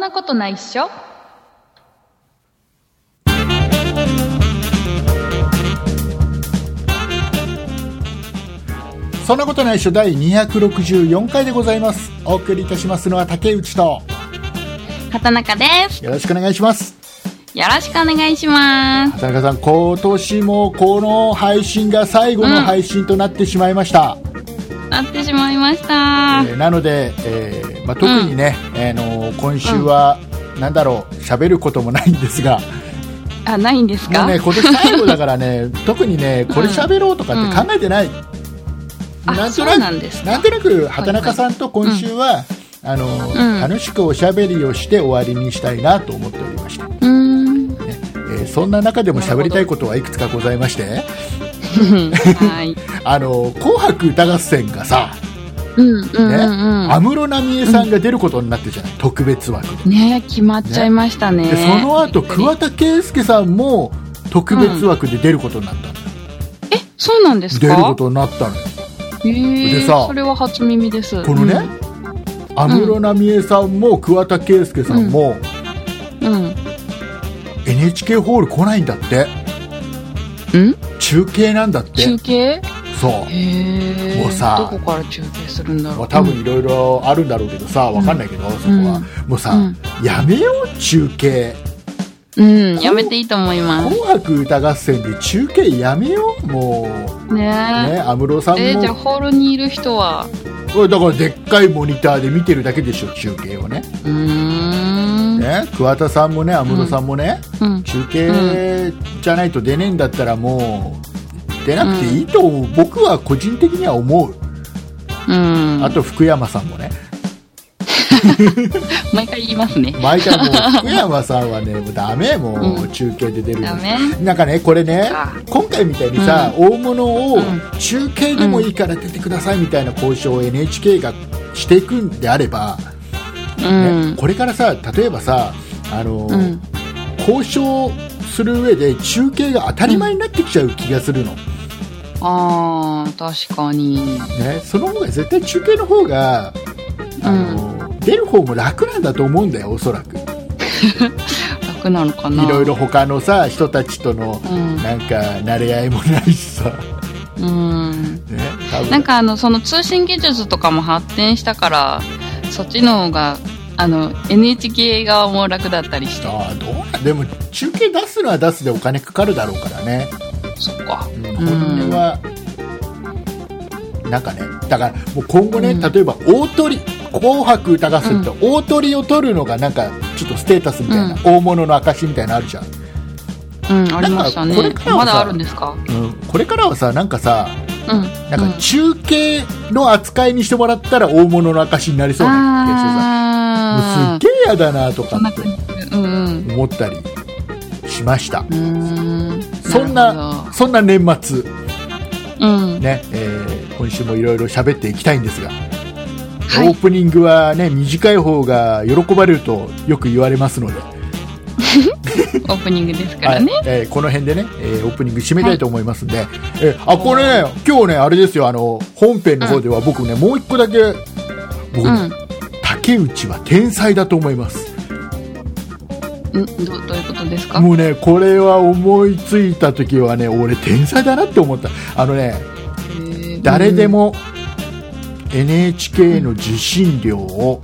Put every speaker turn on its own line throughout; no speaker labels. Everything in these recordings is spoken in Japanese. なことないっしょ
そんなことないっしょ第264回でございますお送りいたしますのは竹内と
畑中です
よろしくお願いします
よろしくお願いします
田中さん今年もこの配信が最後の配信となってしまいました、
なってしまいました
えーなので、えーまあ、特にね、えーの今週は、なんだろう喋ることもないんですが
あないんです
も
か、
うね今年最後だからね 特にねこれ喋ろうとかって考えてない、
あ
と
そう
な
なんで
く
すか
なんとなく畑中さんと今週は、あの
うん
楽しくおしゃべりをして終わりにしたいなと思っておりました、ね
うー ん
えーそんな中でも喋りたいことはいくつかございまして
はい
あの「紅白歌合戦」がさ
うんうんう
ね
ん
安室奈美恵さんが出ることになってるじゃない、特別枠で
うんね決まっちゃいましたね
でその後桑田佳祐さんも特別枠で出ることになったの、
えそうなんですか
出ることになったのよ
えー、
でさ
それは初耳です
このね安室奈美恵さんも桑田佳祐さんも
うんうん、
NHK ホール来ないんだって
うん、
中継なんだって
中継
そ
へえ
もうさ
どこから中継するんだ
う
ろ
もう
う
多分いろいろあるんだろうけどさわかんないけど、そこはもうさ、
うん
やめよう中継
うん、うんやめていいと思い
「
ます
紅白歌合戦」で中継やめようもう
ねえ
ね安室さんも、
えー、じゃあホールにいる人は
これだからでっかいモニターで見てるだけでしょ中継をね
うーん
ね桑田さんもね安室さんもね、
うん
中継じゃないと出ねえんだったらもう出なくていいと僕は個人的には思う、
うん
あと福山さん もね
毎回言いますね
毎回もう福山さんはねもうダメも
う
う中継で出る
ダ
の
メ
なんかねこれね
あ
今回みたいにさ、大物を
うん
中継でもいいから出てくださいみたいな交渉を NHK がしていくんであれば、
う
ね
ん、
これからさ例えばさあの、
うん
交渉する上で中継が当たり前になってきちゃう気がするの、
あー確かに
ね、その方が絶対中継の方が、あの出る方も楽なんだと思うんだよおそらくい
楽なのかない
ろいろ他のさ人たちとの
うん、
なんか慣れ合いもないしさ、
うん、
ね、多分
なんかあのその通信技術とかも発展したからそっちの方があの NHK 側も楽だったりして
ああどうなんでも中継出すのは出すでお金かかるだろうからね、
そっか
うん、これは、なんかねだからもう今後ね、
うん
例えば大トリ紅白歌合戦って大トリを取るのがなんかちょっとステータスみたいな、
うん
大物の証みたいなのあるじゃん、
うんありましたね
これからは
ま
さ
だあるんですか
うん、これからはさなんかさ
うん
なんか中継の扱いにしてもらったら大物の証になりそうな気がしてさも
あ
うすっげえ嫌だなと
ーそ
か
んな
って
感じうんうん
思ったりしました
うーん
そんなそんな年末
るほどうん、
ね、えー今週もいろいろ喋っていきたいんですが、
はい
オープニングはね短い方が喜ばれるとよく言われますので、
オープニングですか
は
ら
い
ね。
えーこの辺でね、えーオープニング締めたいと思いますんで、えーあこれね今日ねあれですよあの本編の方では僕ね、もう一個だけ僕ね、竹内は天才だと思います
うん。んどどういうことですか
もうねこれは思いついた時はね俺天才だなって思ったあのね誰で、も NHK の受信料を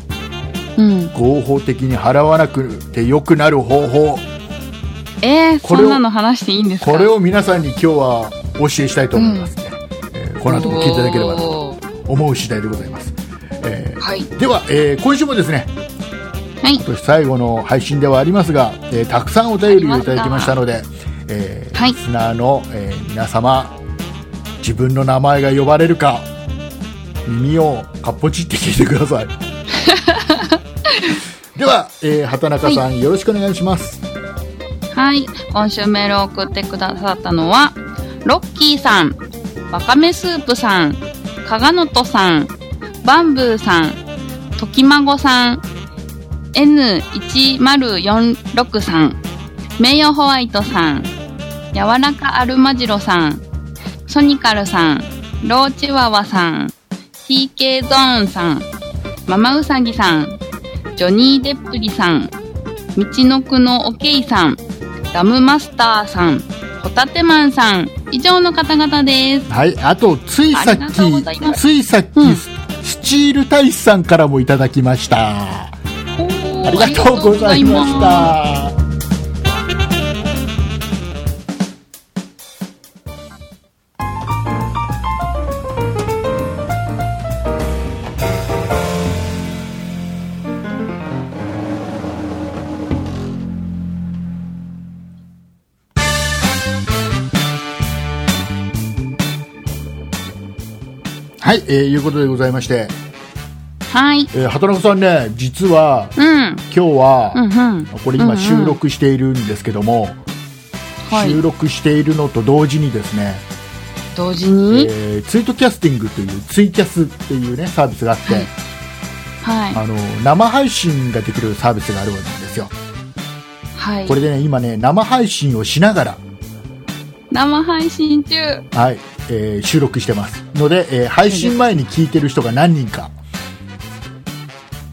うんうん
合法的に払わなくて良くなる方法
えー、
こ
そ
れを
んなの話していいんですか
これを皆さんに今日はお教えしたいと思いますね、えーこの後も聞いていただければと
おー
思う次第でございます、え
はい。
ーでは、えー今週もですね
はい
今。年最後の配信ではありますが、えーたくさんお便りをいただきましたのでえー
はい
リスナーの、えー皆様自分の名前が呼ばれるか耳をかっぽちって聞いてく ださいでは、えー畑中さん、よろしくお願いします
はい。今週メールを送ってくださったのは、ロッキーさん、わかめスープさん、かがのとさん、バンブーさん、ときまごさん、N1046 さん、名誉ホワイトさん、やわらかアルマジロさん、ソニカルさん、ローチワワさん、TK ゾーンさん、ママウサギさん、ジョニー・デップリさん、みちのくのおけいさん、ダムマスターさん、ホタテマンさん、以上の方々です。
はい、あと、ついさっ
ありがとうござい
き、
ます
ついさっき、
うん
スチール大使さんからもいただきました。あ
あ
りがとうございました。はい、えー、いうことでございまして、
はい。
えー、畑中さんね、実は、
うん。
今日は、
うんうん。
これ今収録しているんですけども、
はい
収録しているのと同時にですね、
同時
え
に、
ーツイートキャスティングというツイキャスっていうねサービスがあって、
はい。
あの生配信ができるサービスがあるわけなんですよ。
はい
こ。れでね今ね生配信をしながら
生配信中。
はい、えー収録してますので、えー配信前に聞いてる人が何人か。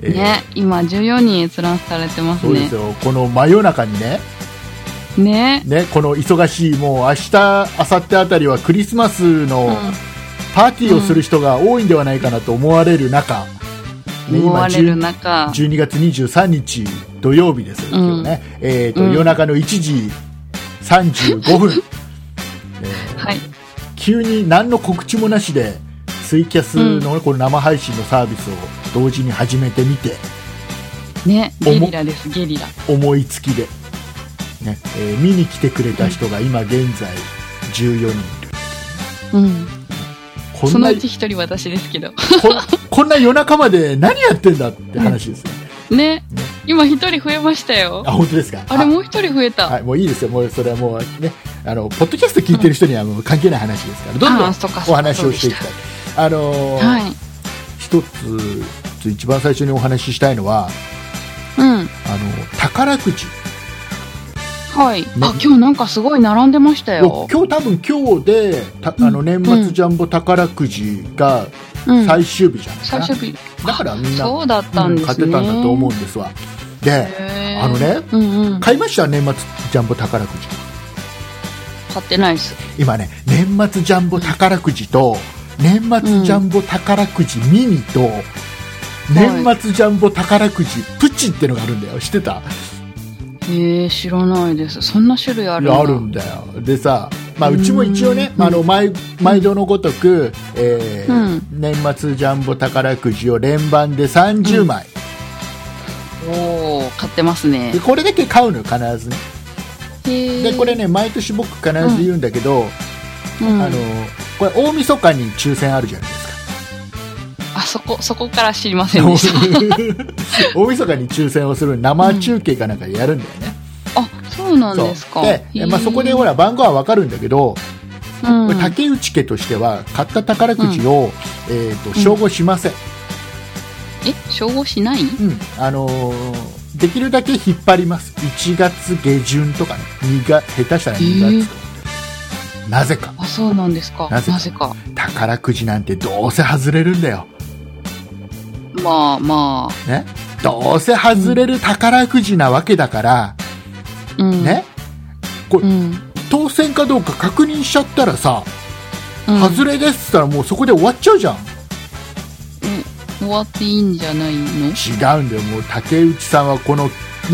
えー
ね。今、14人閲覧されてます
そうで
ね
す。よこの真夜中にね
ね。
ね、この忙しい、もう明日明後日あたりはクリスマスの
うん
パーティーをする人が多いんではないかなと思われる中、ね
思われる
10
中、
12月23日土曜日ですよ、
うん
今日ね、えーと
うん
夜中の1時35分
はい。
急に何の告知もなしでツイキャスの,、この生配信のサービスを同時に始めてみて
ね。
重
ゲリラです、ゲリラ。
思いつきで、ねえー見に来てくれた人が今現在14人いる
うん。
こ
そ
ん
の
な
うち一人私ですけど。
こんこんな夜中まで何やってんだって話ですよ、
ね。今一人増えましたよ。
あ本当ですか
あれもう一人増えた。
はい、もういいですよ、もうそれはもうね、あのポッドキャスト聞いてる人にはもう関係ない話ですから、どんどん
あーそっかそっか
お話をしていきたい。あのー
はい。
一つ一番最初にお話ししたいのは
うん。
あの宝くじ
はい。あ、今日なんかすごい並んでました
今
よ。
日多分今日でたあの
うん
年末ジャンボ宝くじが
うん。
最終日じゃないか
最
な、
終日。
だからみんな、
そうだったんで
うん
すね。
買ってたんだと思うんですわで
へー
あのね
うんうん。
買いました年末ジャンボ宝くじ
買ってないです。
今ね年末ジャンボ宝くじと年末ジャンボ宝くじミニと、年末ジャンボ宝くじプチってのがあるんだよ知ってた
へえ、知らないです。そんな種類あるんだ
あるんだよでさ、まあ、
う
うんちも一応ね、
うん
あの毎毎度のごとく、えー
うん
年末ジャンボ宝くじを連番で30枚、
おー、買ってますね
で。これだけ買うのよ必ずね
へえ。
でこれね毎年僕必ず言うんだけど、
うん、
あ
あ
のこれ大晦日に抽選あるじゃないですか
そこ、そこから知りませんでした。
大晦日に抽選をする生中継かなんかでやるんだよね、
あ、そうなんですか。
で
へー
まあ、そこでほら番号は分かるんだけど、
うん
これ竹内家としては買った宝くじを、えー、と
ん
称号しません、
え、照合しない
うんあのーできるだけ引っ張ります1月下旬とかね2月下手したら2月とか、なぜか
あ、そうなんですか。
な
な
ぜか
ぜか。
宝くじなんてどうせ外れるんだよ、
まあま
ね、どうせ外れる宝くじなわけだから、
あ。うん。
ね
うん。
当選かどうか確認しちゃったらさ、
うん。
外れですったらもうそこで終わっちゃうじゃん
終わっていいんじゃないの
違うんだよもう竹内さんはこのね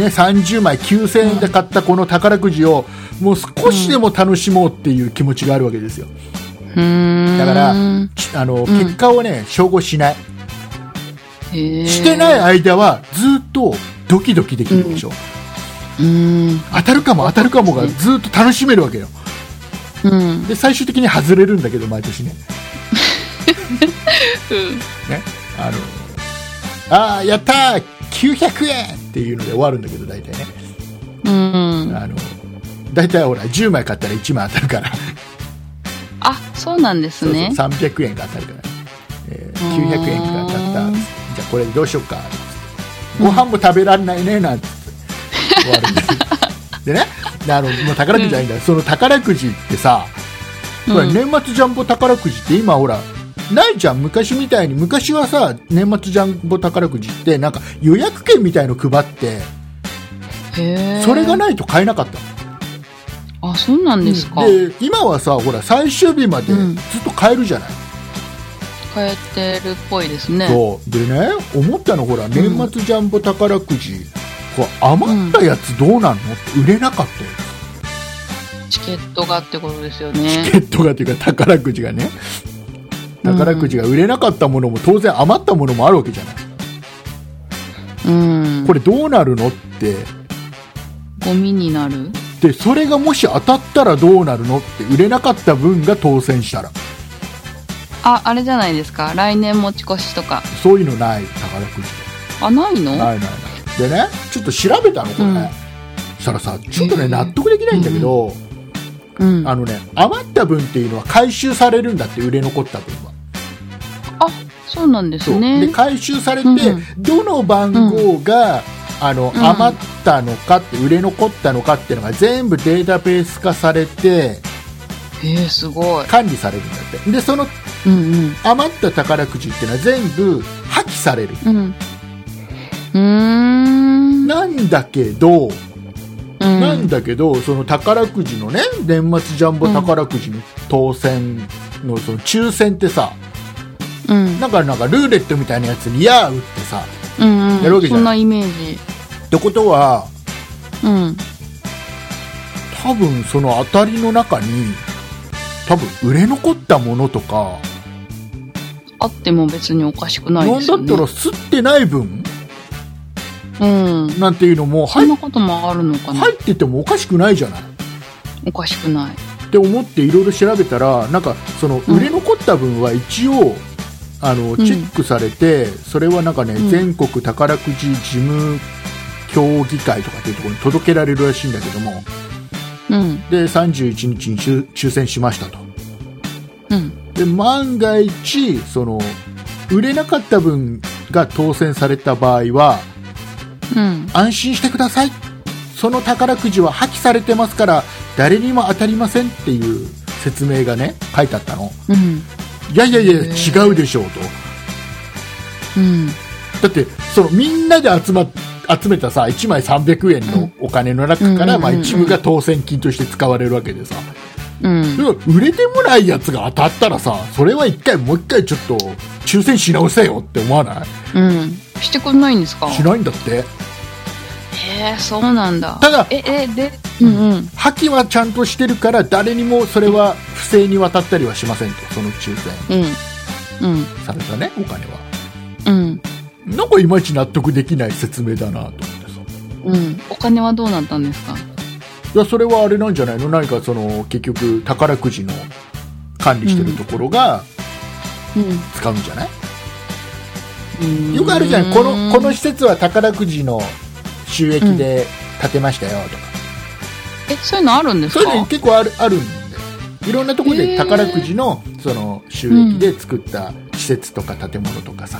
30枚9000円で買ったこの宝くじをもう少しでも楽しもうっていう気持ちがあるわけですよ、
うーん。
だから
へ
ちあの
ん
結果をね照合しない
ー
してない。間はずっとドキドキできるでしょ、
うん。
当たるかも当たるかもがずっと楽しめるわけよ
うん。
で最終的に外れるんだけど毎年ね
うん
ねあのあーやったー900円っていうので終わるんだけど大体ね
うん。
あの大体ほら10枚買ったら1枚当たるから
あ、そうなんです
そうそう
ね。
300円が当たるから、えー900円が当たった
うーん
じゃあこれどうしようかご飯も食べられないねなんて終わるんですよでねであのもう宝くじじゃないんだ、その宝くじってさ、
うん
これ年末ジャンボ宝くじって今ほらないじゃん昔みたいに昔はさ年末ジャンボ宝くじってなんか予約券みたいの配って
へえ。
それがないと買えなかったの
あ、そうなんですか。
で今はさほら最終日まで
うん
ずっと買えるじゃない、
変えてるっぽいですね。
そうでね思ったのほら年末ジャンボ宝くじ、こう余ったやつどうなんのって売れなかったよ
チケットがってことですよね
チ。ケットがというか宝くじがね
うん
宝くじが売れなかったものも当然余ったものもあるわけじゃない、
うん。
これどうなるのって
ゴミになる
でそれがもし当たったらどうなるのって売れなかった分が当選したら
あ、あれじゃないですか。来年持ち越しとか。
そういうのない宝くじ
あ、ないの
ないないないでねちょっと調べたのこれ、
うん
そしたらさちょっとね
うん
納得できないんだけど、
うん。
あのね余った分っていうのは回収されるんだって売れ残った分は
あ、そうなんです
そう
ね
で。回収されて、
うんうん
どの番号が、あの
うん
余ったのかって売れ残ったのかっていうのが全部データベース化されて
へえ、すごい。
管理されるんだってでその
うん
余った宝くじっていうのは全部破棄される
うん。うん。うーん。
なんだけど、
うん
なんだけどその宝くじのね年末ジャンボ宝くじの当選のその抽選ってさ
うん。
なんかなんかルーレットみたいなやつに「やー」打ってさ
うん。
やるわけじゃん
そんなイメージ。
ってことは
うん。
多分その当たりの中に多分売れ残ったものとか、
あっても別におかしくない
な
で
ん
す
だ
よ
っ
ね。
たら吸ってない分
うん。
なんていうのも
そ
入
ん
っ
なこともあるのかな、
入っててもおかしくないじゃない
おかしくない。
って思っていろいろ調べたらなんかその
うん
売れ残った分は一応、あのチェックされて、それはなんかね、
うん
全国宝くじ事務協議会とかっていうところに届けられるらしいんだけども
うん。
で31日に抽抽選しましたと
うん。
で万が一その売れなかった分が当選された場合は
うん。
安心してくださいその宝くじは破棄されてますから誰にも当たりませんっていう説明がね書いてあったの
うん。
いやいやいや
へー
違うでしょう
う
と
ん。
だってそのみんなで集まっ集めたさ1枚300円のお金の中から、
うん
まあ、
うんうんうん
一部が当選金として使われるわけでさ、
うん。
だから売れてもないやつが当たったらさそれは一回もう一回ちょっと抽選し直せよって思わない
うん。してくんないんですか
しないんだって
へえ、そうなんだ。
ただ
え、え、で、うんうん。
破棄はちゃんとしてるから誰にもそれは不正に渡ったりはしませんとその抽選
うん。
されたねお金は
うん。
なんかいまいち納得できない説明だなと思ってさ
うん。うん。お金はどうなったんですか
いやそれはあれなんじゃないの何かその結局宝くじの管理してるところが
う
使うんじゃない、
ん。
よくあるじゃないこのこの施設は宝くじの収益で建てましたよとか、
え、そういうのあるんです
そういう
か
の結構あるあるんでいろんなところ
へ
で
ー
宝くじのその収益で作った施設とか建物とかさ、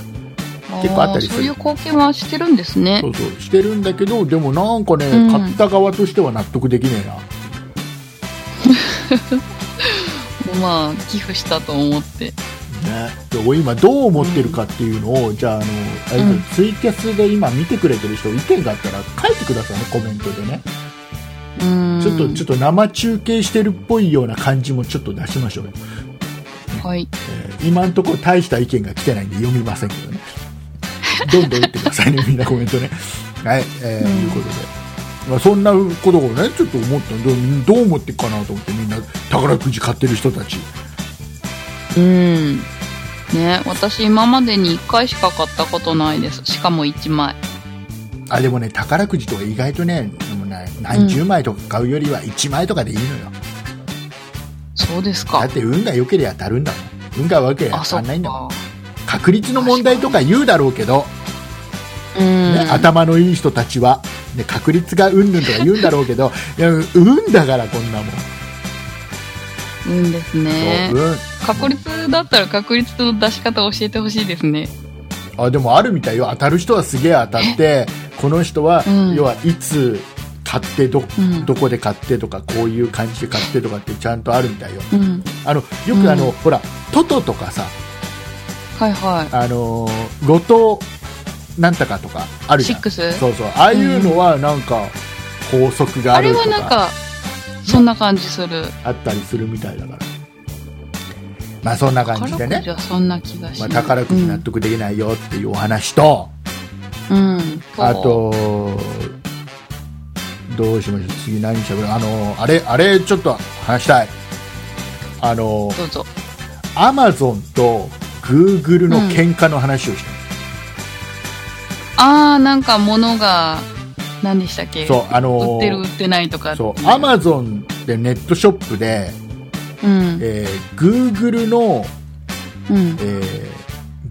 結構あったりする
ーそういう貢献はしてるんですね
そ。うそうしてるんだけどでもなんかね、
うん
買った側としては納得できねえな
まあ、寄付したと思って。
ね、で俺今どう思ってるかっていうのを、じゃああのあれだよ
うん
ツイキャスで今見てくれてる人意見があったら書いてくださいねコメントでね、
うん。
ちょっとちょっと生中継してるっぽいような感じもちょっと出しましょうよ、
はい。
えー今んところ大した意見が来てないんで読みませんけどねどんどん言ってくださいねみんなコメントね はい、え
う
ー
ん
いうことで、まあ、そんなことをねちょっと思ったんでどう思ってっかなと思ってみんな宝くじ買ってる人たち
うん。ね、私今までに1回しか買ったことないです。しかも1枚。
あでもね宝くじとか意外とねもうね何十枚とか買うよりは1枚とかでいいのよ、
そうです
だ
か
っ。て運が良ければ当たるんだもん運が悪ければ
あ、
当た
そ
ら
っ
ないんだもん
か。
確率の問題とか言うだろうけど、
うん。
ね、頭のいい人たちは、ね、確率がうんぬんとか言うんだろうけど いや運だからこんなもん、
うんですね
そ。う
確率だったら確率の出し方を教えてほしいですね。
運あでもあるみたいよ当たる人はすげえ当たってこの人は、
うん
要はいつ買ってど
うん
どこで買ってとかこういう感じで買ってとかってちゃんとあるみたいよ
うん。
あのよ
うん
くあの、ほらトトとかさ
はいは
あのー後藤なんとかとかあ
い。
る
シ
じ
ッ
ゃん
クス
そうそうああいうのはなんか法則が
あ
ある
れ
と
はなん
か
か、そんな感じする。
あったりするみたいだからまあそんな感じで
宝く
ね
じはそんな気がしま
ま
す。
あ、宝くじ納得できないよっていうお話と、
うん。うん。
あとどうしましょう次何しゃべるあのあれあれちょっと話したいあの
どうぞ。
アマゾンとグーグルの喧嘩の話をした、
あー、なんか物が、何でしたっけ
そうあの
売ってる売ってないとか。
そうアマゾンでネットショップで、
うん。
えー、Google の、
うん。
え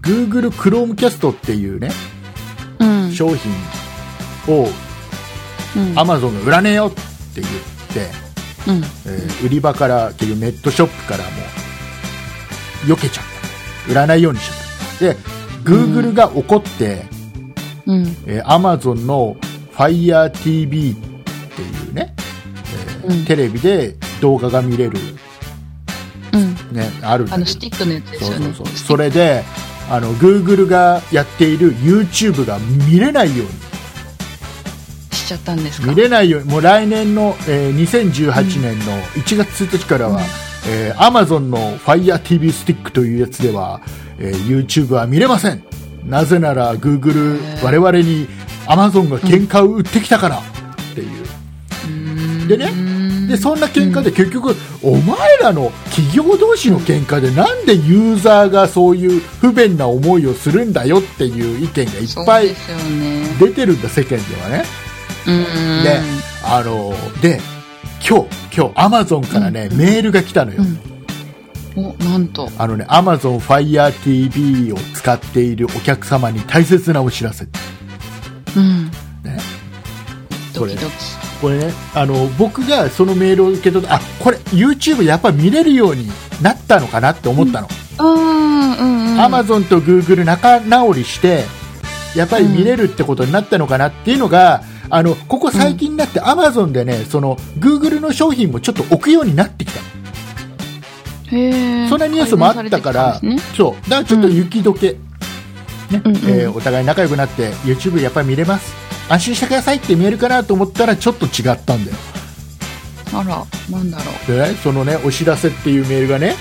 ー、Google Chromecast っていうね
うん。
商品を
うん。
Amazon が売らねえよって言って、
うん。
えー売り場からっていうネットショップからもう避けちゃった売らないようにしちゃったで Google が怒って、
うん。
えー Amazon の FireTV っていうね、えー
うん
テレビで動画が見れる、
うん。
ね、あるんだ
あ
けど
の、スティックのやつです
そう
よね。
そうそうそれであの Google がやっている YouTube が見れないように
しちゃったんですか
見れないようにもう来年の、えー2018年の1月1日からは、えー Amazon の FireTV スティックというやつでは、えー YouTube は見れませんなぜなら Google
へー
我々に Amazon が喧嘩を売ってきたからっていう、でねでそんな喧嘩で結局、お前らの企業同士の喧嘩でなんでユーザーがそういう不便な思いをするんだよっていう意見がいっぱ
そうで
い
すよね。
出てるんだ世間ではね。
うん。
で、あので今日今日アマゾンからね、メールが来たのよ。
うんお、なんと。
あのねアマゾン FireTV を使っているお客様に大切なお知らせ。
うん。
ね、
ドキドキ。
これねあの僕がそのメールを受け取ってあこれ YouTube やっぱ見れるようになったのかなって思ったの。
あー、うんうん。
アマゾンとグーグル仲直りしてやっぱり見れるってことになったのかなっていうのが、あのここ最近になってアマゾンでねそのグーグルの商品もちょっと置くようになってきた、
へー
そんなニュースもあったか
改善されてき
ら
たんですね
そうだからちょっと雪解け、ね
うんうん
えーお互い仲良くなって YouTube やっぱり見れます安心してくださいって見えるかなと思ったらちょっと違ったんだよ
あら、なんだろう。
でねそのねお知らせっていうメールがね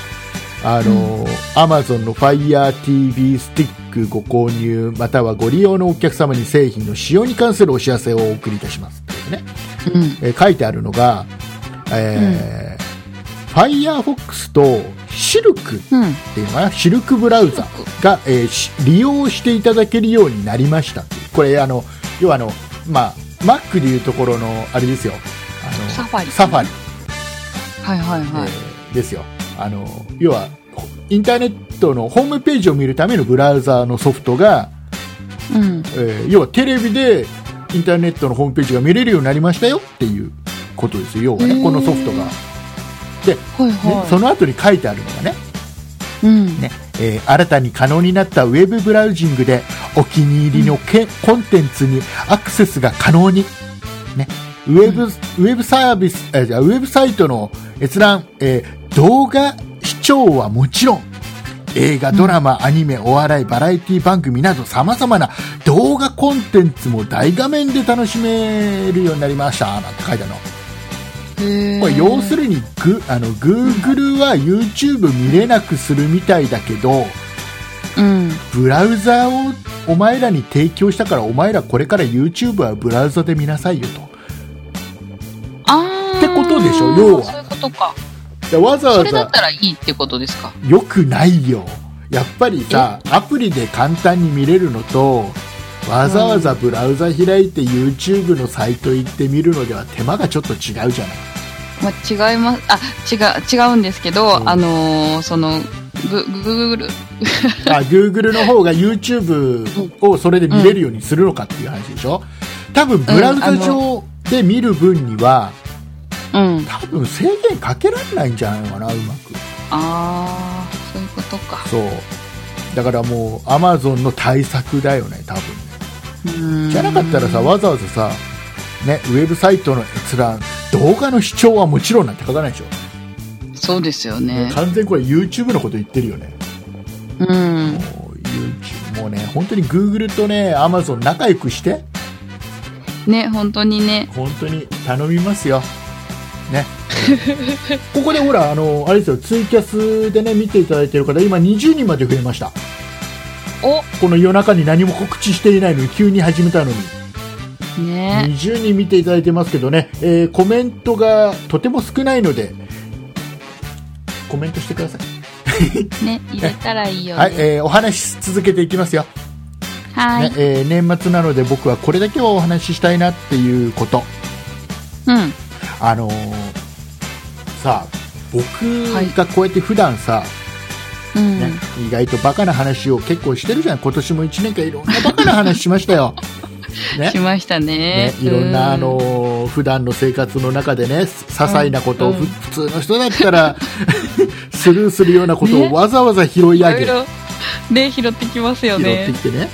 あの、Amazon の FireTV スティックご購入またはご利用のお客様に製品の使用に関するお知らせをお送りいたしますっていうね、
うん。
えー書いてあるのが、えー Firefox と Silk
うん。
っていうのかなシルクブラウザが、えーし利用していただけるようになりましたっていうこれあの要はあの、まあ、Mac でいうところのあれですよあの
サファリ
サファリ
はいはいはい。
えーですよあの要はほインターネットのホームページを見るためのブラウザーのソフトが、
うん。
えー要はテレビでインターネットのホームページが見れるようになりましたよっていうことですよ要は
へ
ね
ー
このソフトが、ね、
はいはい。
その後に書いてあるのがね
うん。
ね、えー新たに可能になったウェブブラウジングでお気に入りのけ、コンテンツにアクセスが可能に、ね、ウェブ、ウェブサービス、えーじゃあウェブサイトの閲覧、えー動画視聴はもちろん、映画、ドラマ、アニメ、お笑い、バラエティ番組など様々な動画コンテンツも大画面で楽しめるようになりました、なんて書いてあるの。
へー
これ要するにグ、あの、Google は YouTube 見れなくするみたいだけど、
うん。
ブラウザーをお前らに提供したからお前らこれから YouTube はブラウザで見なさいよ
あー。
ってことでしょ要は
そういうことか。
とでわざ
そ
わ
れだっ
ざ
たらいいってことですか。
よくないよやっぱりさアプリで簡単に見れるのとわざわざブラウザ開いて YouTube のサイト行って見るのでは手間がちょっと違うじゃない
まあ、違います。あ、違う、違うんですけど、
うん
あのー、その、グ、グーグル、
あ Google の方が YouTube をそれで見れるようにするのかっていう話でしょ多分ブラウザ上で見る分には
うん。
多分制限かけられないんじゃないのかなうまく
あー、そういうことか。
そうだからもうアマゾンの対策だよね多分ねじ
じ
ゃなかったらさわざわざさ、ね、ウェブサイトの閲覧動画の視聴はもちろんなんて書かないでしょ、
そうですよね。
完全にこれ YouTube のこと言ってるよね
うん。
もうもうね本当に Google とね Amazon 仲良くして
ね、本当にね。
本当に頼みますよ ねここでほらあのあれですよツイキャスでね見ていただいてる方今20人まで増えました
お、
この夜中に何も告知していないのに急に始めたのに
ね。
20人見ていただいてますけどね、えーコメントがとても少ないのでコメントしてください
ね、入れたらいいよ、ね。
はい、えーお話し続けていきますよ、
はい
ねえー年末なので僕はこれだけはお話ししたいなっていうこと
うん。
あのーさあ僕
はい
がこうやって普段さ、
うん。
ね意外とバカな話を結構してるじゃん今年も1年間いろんなバカな話しまし たよ、ね
しましたね
ね。いろん
う
なあのー普段の生活の中でね些細なことをふ、
うん
普通の人だったら スルーするようなこと
ね
をわざわざ拾
い
い上げ、
ろいろ、ね、拾ってきますよ
拾って
ね
き。てね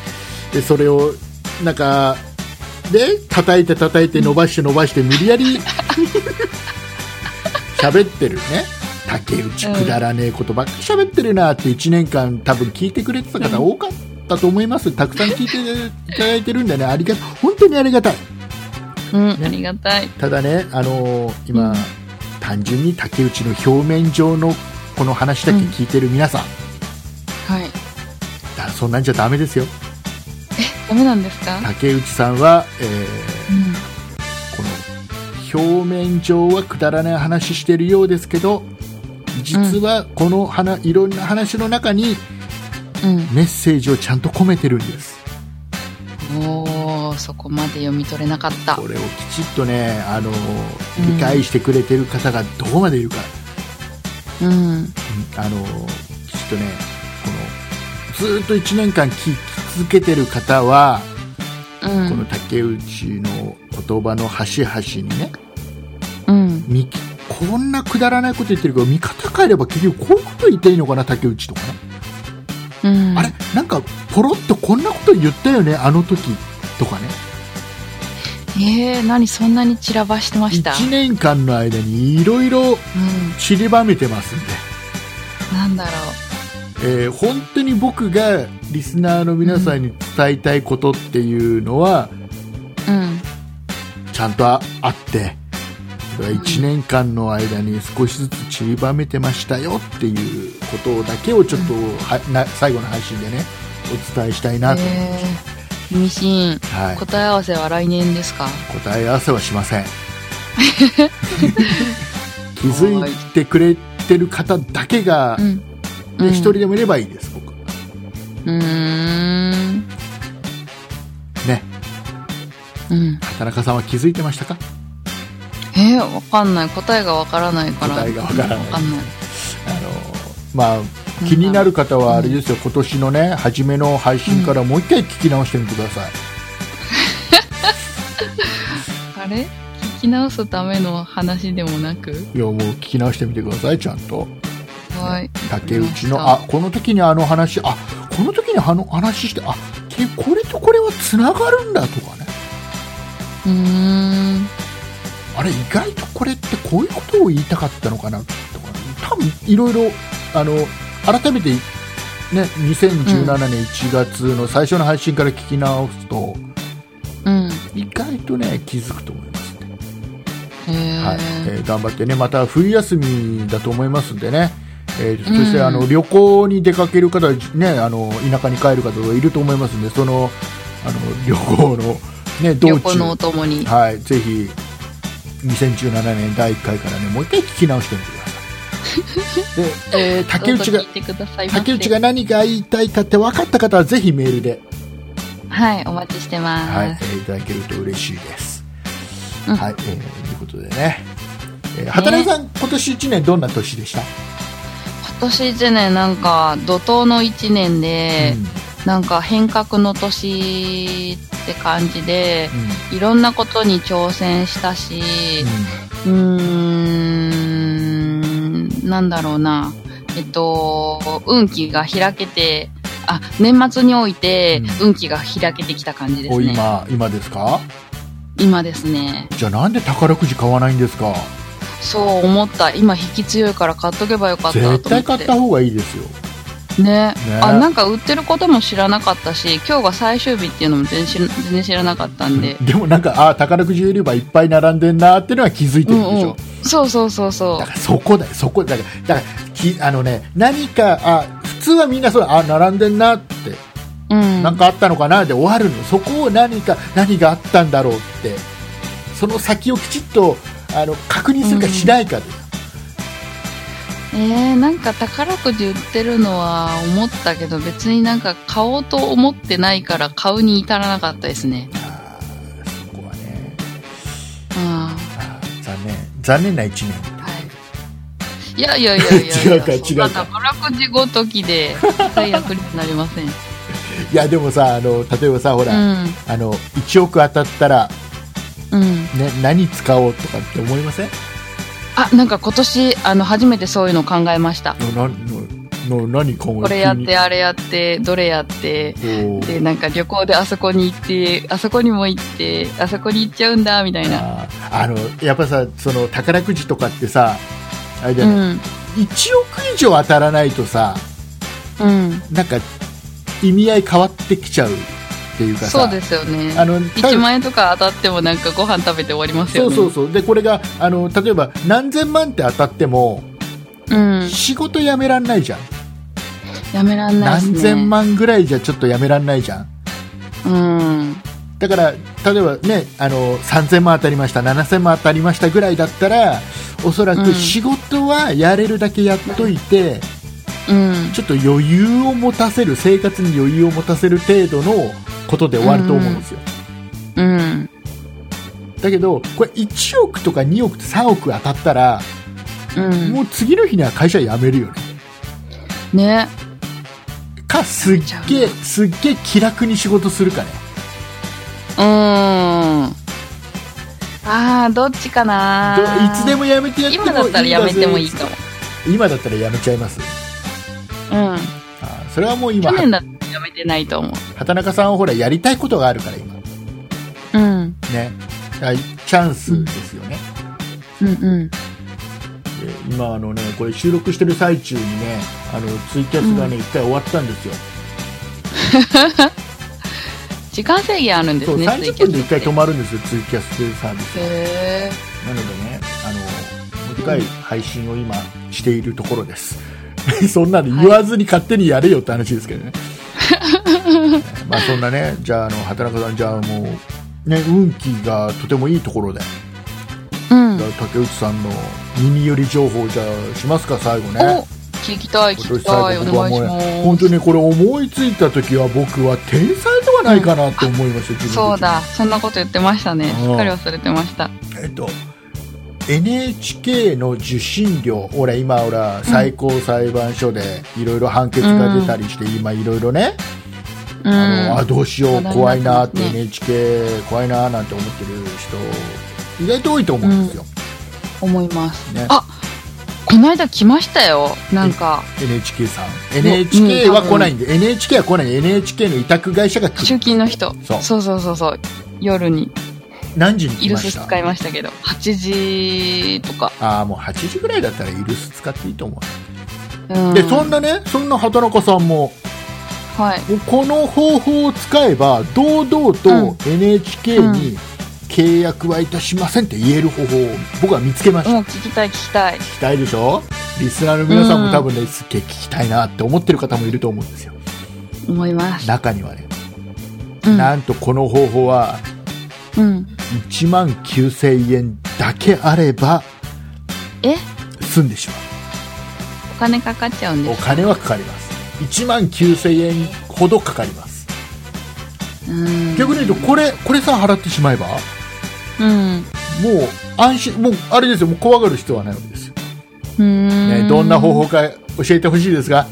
でそれをなんかで叩いて叩いて伸ばして伸ばして無理 やり喋ってるね竹内くだらねえことばっかり喋ってるなって1年間多分聞いてくれてた方多かったと思いますたくさん聞いていただいてるんでねありが本当にありがたい
うん、
ね
ありがたい。
ただね、あのー今、
うん
単純に竹内の表面上のこの話だけ聞いてる皆さん、
はい。
だそんなんじゃダメですよ
ダメなんですか
竹内さんは、え
うん。
ーこの表面上はくだらない話してるようですけど実はこの話、いろんな話の中に
うん、
メッセージをちゃんと込めてるんです
おーそこまで読み取れなかった
これをきちっとね、あのー
うん
理解してくれてる方がどこまでいるか、
うん
あのきっとねこのずーっと1年間聞き続けてる方は、
う
この
ん
竹内の言葉の端々にね
うん
みこんなくだらないこと言ってるけど見方変えれば結局こういうこと言っていいのかな竹内とかね、
うん
あれなんかポロッとこんなこと言ったよねあの時とかね
えー、何そんなに散らばしてました、
1年間の間にいろいろ
う
散りばめてますんで。
ん、なんだろ
えー本当に僕がリスナーの皆さんに伝えたいことっていうのは、
ううん
ちゃんとああって1年間の間に少しずつ散りばめてましたよっていうことだけをちょっとは、な最後の配信でねお伝えしたいなと、
えー、ミシン
はい、
答え合わせは来年ですか
答え合わせはしま せん気づいてくれてる方だけが
う
ね
ん
一、人でもいればいいです僕は
うーん
ね
うん
畑中さんは気づいてましたか
えー、わかんない答えがわからないから
答えがわからない
わかんない
あのまあ気になる方はあれですよ、今年のね初めの配信からもう一回聞き直してみてください、
あれ聞き直すための話でもなく
いやもう聞き直してみてくださいちゃんと
はい
竹内の
わ
あ
か
この時にあの話あこの時にあの話してあけこれとこれはつながるんだとかね
りましたうーん
あれ意外とこれってこういうことを言いたかったのかなとか、ね、多分いろいろあの改めてね2017年1月の最初の配信から聞き直すと、
うん
意外とね気づくと思いますね
えー
はいえー頑張ってねまた冬休みだと思いますんでね、えーそして
うん
あの旅行に出かける方、ね、あの田舎に帰る方がいると思いますんでそのあの旅行の、ね、道
旅行のお
中、
供に。
はい、ぜひ2017年第1回からねもう一回聞き直してみて くださいで、えー竹内が
どうぞ聞いてくださいませ
竹内が何が言いたいかって分かった方はぜひメールで、
はい、お待ちしてます。
はいえーいただけると嬉しいです、
うん
はいえーということでね、えー、畑中さん、今年1年どんな年でした
今年一年なんか怒涛の一年で、なんか変革の年って感じで、いろんなことに挑戦したし、うーん、なんだろうな。えっと、運気が開けて、あ、年末において
うん
運気が開けてきた感じです
お
ね。
今今ですか
今ですね。
じゃあなんで宝くじ買わないんですか
そう思った。今引き強いから買っとけばよかったと思って。
絶対買った方がいいですよ
ね
ね
あなんか売ってることも知らなかったし今日が最終日っていうのも全然知ら全然知らなかったんで、
でもなんかああ宝くじ売り場いっぱい並んでんなーっていうのは気づいて
う
るんで
ん
しょ、
うん、そうそうそうそ
だからそこだよそこだからだからきあのね何かあ普通はみんなそうあ並んでんなって
う、うん、
何かあったのかなで終わるのそこを何か何があったんだろうってその先をきちっとあの確認するかしないかで、
えー、なんか宝くじ売ってるのは思ったけど別になんか買おうと思ってないから買うに至らなかったですね
あーそこはね
あ
あー残念残念な1年
あはいいやいやいやいやいや
違うか違うか
そんな宝くじごときで最悪になりませ ん
いやでもさあの例えばさほら、
う
あの1億当たったら、
んうん
ね、何使おうとかって思いません
あなんか今年あの初めてそういうの考えました
のなのの何考え
これやって
あ
あれやってどれやってでなんか旅行であそこに行ってあそこにも行ってあそこに行っちゃうんだみたいな
あーあのやっぱさその宝くじとかってさあれだ
う
よね、
ん
1億以上当たらないとさ
うん
なんか意味合い変わってきちゃうっていうかさ
そうですよね
あの
1万円とか当たってもなんかご飯食べて終わります
そ
よ
う
ね。
そうそうでこれがあの例えば何千万って当たっても
うん。
仕事辞めらんないじゃん、
やめらんないですね。
何千万ぐらいじゃちょっと辞めらんないじゃん
うん。
だから例えばねあの3000万当たりました7000万当たりましたぐらいだったらおそら
う
く
ん
仕事はやれるだけやっといて、
うん。
ちょっと余裕を持たせる生活に余裕を持たせる程度のことで終わると思うんですよ、
うん。
だけどこれ1億とか2億と3億当たったら、
うん。
もう次の日には会社辞めるよね
ね。
かすっ
ちゃう
げえすっげえ気楽に仕事するかね
うん。ああ、どっちかな
どいつでも辞めてやっても
今
いいんだ
だ
ぜ
ったらやめてもいいかも。
今だったら辞めちゃいます
うん。
あーそれはもう今
去年だったらやめてないと思う。
畑中さんはほらやりたいことがあるから今ね
うん。
だからチャンスですよね、
うんうん。
で今あのねこれ収録してる最中にねあのツイキャスがね一、回終わったんですよ
時間制限あるんで
そ
す
う
ね、
30分で一回止
ま
まるんですよツイキャスというサービスは
へ
なのでねあのもう一回配信を今しているところです、 そんなの言わずに勝手にやれよって話です けどね、まあそんなねじゃああの畑中さんじゃあもうね運気がとてもいいところで、
え。うん。
じゃあ竹内さんの耳寄り情報じゃあしますか最後ね
お聞きたい、聞きたい、お
僕は
願い
も
し
う
ま
ね
す。
本当にねこれ思いついた時は僕は天才ではないかなって思いました、自分的に
そうだ、そんなこと言ってましたね。
うん
すっかり忘れてました。
えっと NHK の受信料、俺、今、ほら、最高裁判所でいろいろ判決が出たりして、今、いろいろね、
う
あのあ
ん。
どうしよう、
話題になって
怖いなって、
ますね
NHK、怖いななんて思ってる人、意外と多いと思うんですよ、
思います。
ね
あこの間来ましたよ。なんか、
NHK さん。NHK は来ないんで、NHK は来ない、NHK の委託会社が来
集
る、
金の人。
そう
そうそうそうそう。夜に、
何時に
イ
来
ル
ま
ス
し
使い
た
ましたけど、8時とか。
ああ、もう8時ぐらいだったらイルス使っていいと思
う
う。
ん。
で、そんなね、そんな畑中さんも、
はい。
この方法を使えば堂々と NHK に契約はいたしませんって言える方法を僕は見つけました、
もう聞きたい、聞きたい。
聞きたいでしょリスナーの皆さんも多分ね、すっげえ聞きたいなって思ってる方もいると思うんですよ
思います。
中にはね、
うん。
なんとこの方法は
うん。
1万9000円だけあれば
え
済んでしま
お金かかっちゃうん
うお
です。
金はかかります1万9000円ほどかかります
うん。
逆に言うとこれこれさ払ってしまえば
うん。
もう安心もうあれですよもう怖がる必要はないわけですよ
うん。
ね、どんな方法か教えてほしいですが、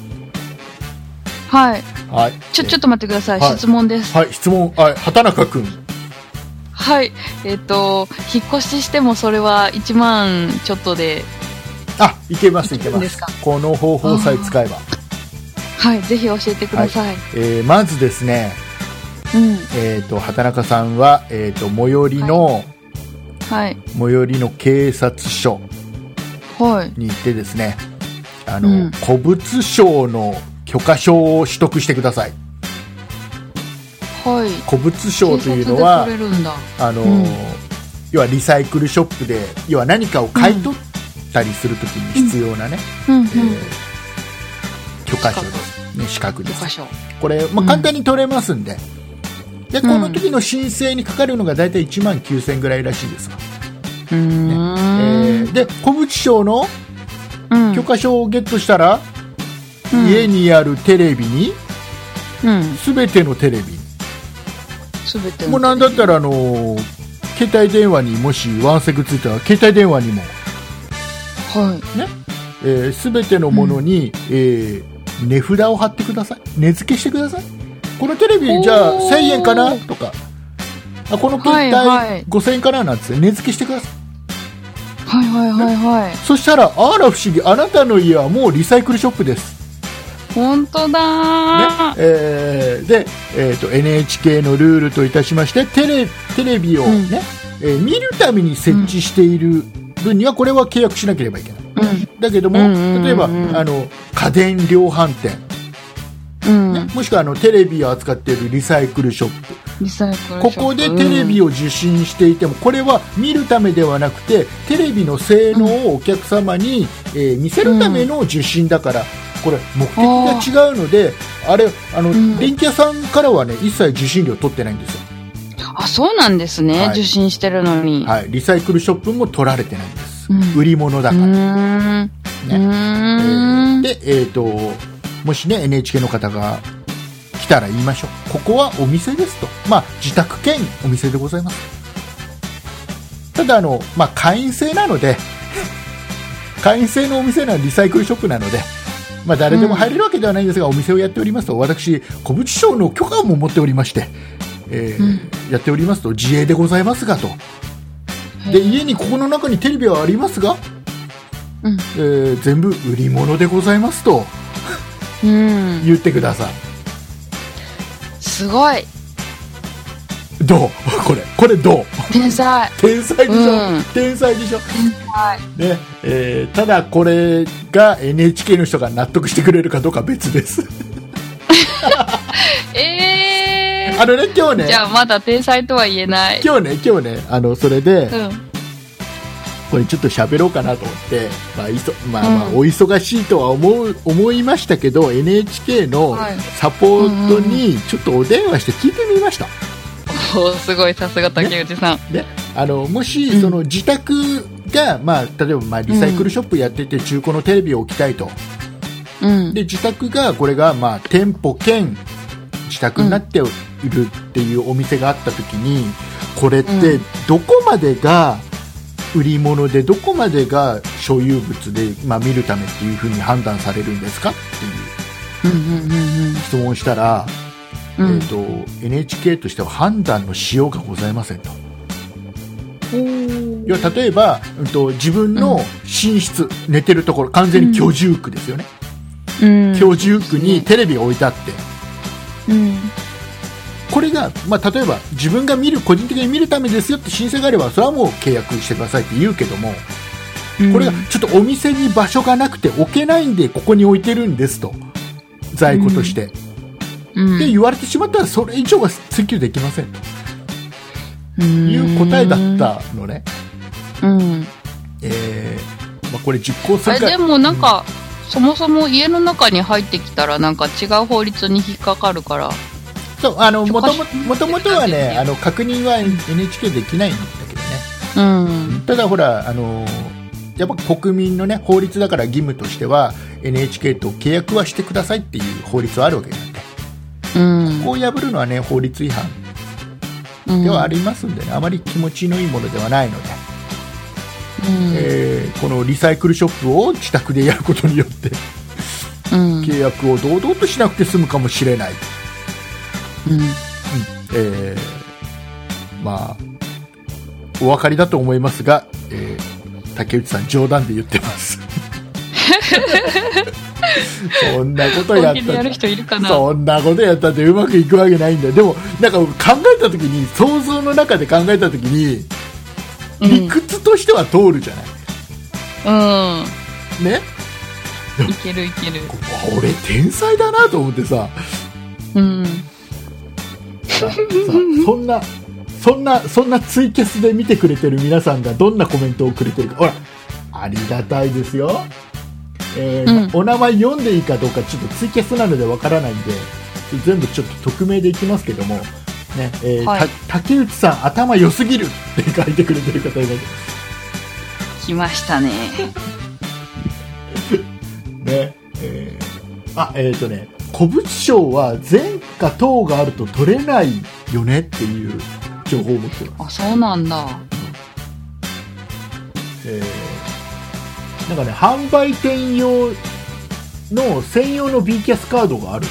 はい。
はい、
ちょ、ちょっと待ってください。
はい
質問です。
はい、質問、はい、畑中君、
はい。えっ、と、引っ越ししてもそれは1万ちょっとで、
あ、いけます、い
い
け
い
ま
んですすか。
この方法さえ使えば、
はい。ぜひ教えてください。
えーまずですね、
うん。
えっ、と、畑中さんは、えっ、と、最寄りの、
はい。
最寄りの警察署
はい。
に行ってですね、あの、
うん
古物商の許可証を取得してください
はい。
古物商というのは
警察で取れるんだ。
あの、
うん
要はリサイクルショップで要は何かを買い取ったりするときに必要なね、
うんうん。
えー許可証です、ね、資格で
許可
す
証。
これ、
う
まあ、
ん
簡単に取れますんで,、でこ
うん
の時の申請にかかるのが大体1万9000ぐらいらしいですわ、
うー
え
ん。
ーで古物商の
うん
許可証をゲットしたら、
うん
家にあるテレビに
うん。
全てのテレビに
すべての。
もうなんだったらあのー携帯電話にもしワンセグついたら携帯電話にも、
はい。
えー、全てのものに、えー値札を貼ってください値付けしてくださいこのテレビじゃあ
おー
1000円かなとかあこの携帯
はいはい
5000円かななんつって値付けしてくださ
は
い、
いはいはいはい。
そしたらあら不思議あなたの家はもうリサイクルショップです
本当だー。
ねえーで、えー、と NHK のルールといたしましてテレテレビを、
うん
ねえー見るために設置している分にはこれは契約しなければいけない、だけども、
うんうんうんうん
例えばあの家電量販店、
うん。う
ね
ん。
もしくはあのテレビを扱っているリサイクルショップ
リサイクルショップ。
ここでテレビ
を。
を受信していてもこれは見るためではなくてテレビの性能をお客様に、えー見せるための受信だから、これ目的が違うのであれあの、
ん
電気屋さんからは、ね、一切受信料取ってないんですよ、
あ、そうなんですね。
はい
受信してるのに。
はい、リサイクルショップも取られてないんです、
うん
売り物だ
う
から、
ーん。う
え
ー
ー
ん。
で、えー、ともし、ね、NHK の方が来たら言いましょうここはお店ですと、まあ、自宅兼お店でございますただあの、まあ、会員制なので会員制のお店なリサイクルショップなので、まあ、誰でも入れるわけではないんですが、お店をやっておりますと私古物商の許可も持っておりまして、えーやっておりますと自営でございますがとで家にここの中にテレビはありますが
うん。
えー全部売り物でございますと
うん。
言ってくださ
すごい。
いどう これこれどう
天 才。
天才でしょ、
うん
天才でしょ、
はい。
ねえーただこれが NHK の人が納得してくれるかどうかは別です
え
あのね今日
ー。
ね
じゃあまだ天才とは言えない。
今日ね今日ねあのそれで、
うん。
これちょっと喋ろうかなと思って、まあいそまあ、まあ
うん
お忙しいとは思う思いましたけど NHK の
はい
サポートにちょっとお電話して聞いてみました、
おーすごい。さすが竹内さん。
ね、あのもし
うん
その自宅が、まあ、例えばまあリサイクルショップやってて中古のテレビを置きたいと、
うん。
で自宅がこれがまあ店舗兼自宅になっているっていうお店があった時にこれって
うん
どこまでが売り物でどこまでが所有物で、まあ、見るためっていうふうに判断されるんですかっていう
うんうんうん
質問をしたら、
うんうん
え。ー、と NHK としては判断のしようがございませんと。
うん。
要は例えば、うん、と自分の寝室、寝てるところ完全に居住区ですよね、
うん。
居住区にテレビが置いてあって
うん。
これが、まあ、例えば自分が見る個人的に見るためですよって申請があればそれはもう契約してくださいって言うけどもこれがちょっとお店に場所がなくて置けないんでここに置いてるんですと在庫として、
うん、
で言われてしまったらそれ以上は追求できませんという答えだったのね、
うん。うん。
えーまあ、これ実行す
あ
る
れ
か
でもなんか、そもそも家の中に入ってきたらなんか違う法律に引っかかるから。
そうあの
許
も
可
と
し
ももともとは
って感じです
ね
ね
あの確認は NHK できないんだけ
う
どね
ん。
ただほらあのやっぱ国民のね法律だから義務としては NHK と契約はしてくださいっていう法律はあるわけなんで
うん。
こう破るのはね法律違反
うん
ではありますんでね、あまり気持ちのいいものではないので、
うん
えーこのリサイクルショップを自宅でやることによって
うん。
契約を堂々としなくて済むかもしれない
うん
えーまあお分かりだと思いますが、えー竹内さん冗談で言ってます そんなこと
本
やっ
気でや
た
る人いるかな
そんなことやったってうまくいくわけないんだよでもなんか考えた時に想像の中で考えた時に
うん
理屈としては通るじゃない、
うん。
ね
いけるいける。
うわ俺天才だなと思ってさ
うん。
ささそんなそんなそんなツイキャスで見てくれてる皆さんがどんなコメントをくれてるかほらありがたいですよ、えー
うん
お名前読んでいいかどうかちょっとツイキャスなのでわからないんで全部ちょっと匿名でいきますけども、ねえー
はい
た竹内さん頭良すぎるって書いてくれてる方います
来ましたね。
ねえーあえっ、とね古物商は前科等があると取れないよねっていう情報を持ってます
あ、そうなんだ。
えーなんかね販売店用の専用の B キャスカードがあるっ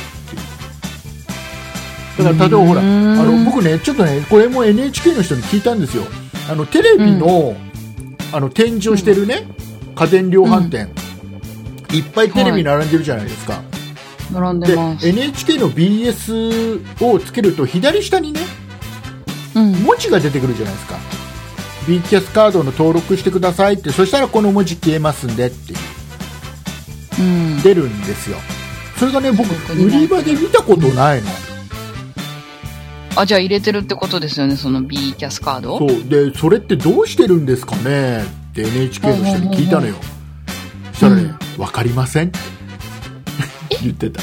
ていうだから例えばほら
う
あ
ーん
の僕ねちょっとねこれも NHK の人に聞いたんですよあのテレビの,、あの展示をしてるね、家電量販店、いっぱいテレビ並んでるじゃないですか、
並んで
で
ます。
NHK の BS をつけると左下にね
うん。
文字が出てくるじゃないですか B キャスカードの登録してくださいってそしたらこの文字消えますんでっていう
うん。
出るんですよそれがね僕
僕に
売
ね
り場で見たことないの
あ、じゃあ入れてるってことですよね、その B キャスカード。
そううでそれってどうしてるんですかねって NHK の人に聞いたのよそしたらね「分かりません」って言ってた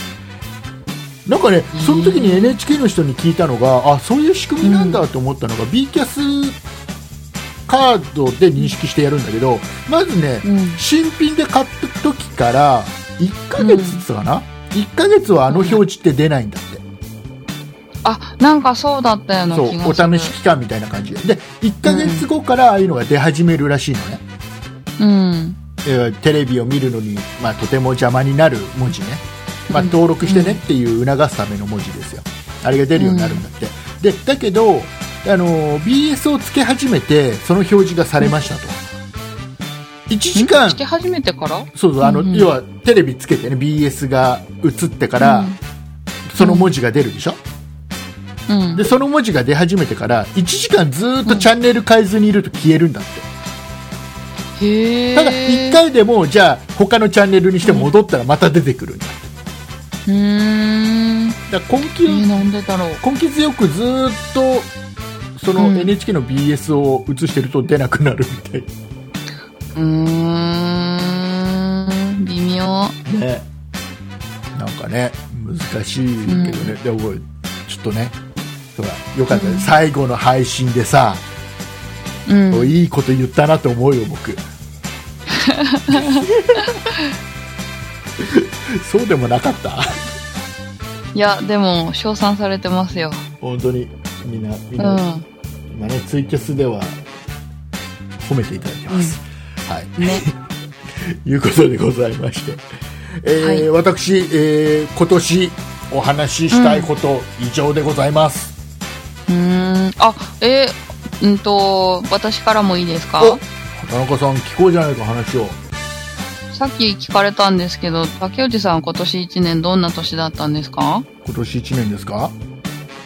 なんかねその時に NHK の人に聞いたのがあそういう仕組みなんだと思ったのが、B キャスカードで認識してやるんだけどまずね、
うん。
新品で買った時から1ヶ月っつったかな、1ヶ月はあの表示って出ないんだって
あ、なんかそうだったような気
そ
が
う
する。
お試し期間みたいな感じでで1ヶ月後からああいうのが出始めるらしいのね、
うん。
えーテレビを見るのに、まあ、とても邪魔になる文字ね、まあ、
うん
登録してねっていう促すための文字ですよあれが出るようになるんだって、でだけどあのー BS をつけ始めてその表示がされましたと、1時間
して始めてから
そうそうあの、
うんうん
要はテレビつけてね BS が映ってから、
うん
その文字が出るでしょ、
うん。
でその文字が出始めてから1時間ずーっとチャンネル変えずにいると消えるんだって、
へえ。
ただ1。回でもじゃあ他のチャンネルにして戻ったらまた出てくるんだって
うーん。
だから根
え
気,、
ー、なんでだろう。
根気強くずーっとその
うん
NHK の BS を映してると出なくなるみたい、
うーん。微妙。
ねなんかね難しいけどね、でもちょっとねほらよかった、ね
うん
最後の配信でさ、
うん。
いいこと言ったなと思うよ 僕そうでもなかった
いや、でも、称賛されてますよ。
本当にみんなみん
う
な、
ん。
今ねツイキャスでは褒めていただきます、はい
ね。
いうことでございまして、えー
はい
私、えー今年お話ししたいこと以上でございます、
うーん。あ、えー、うんと、私からもいいですか
お畑中さん聞こうじゃないか話を
さっき聞かれたんですけど、竹内さんは今年1年どんな年だったんですか
今年1年ですか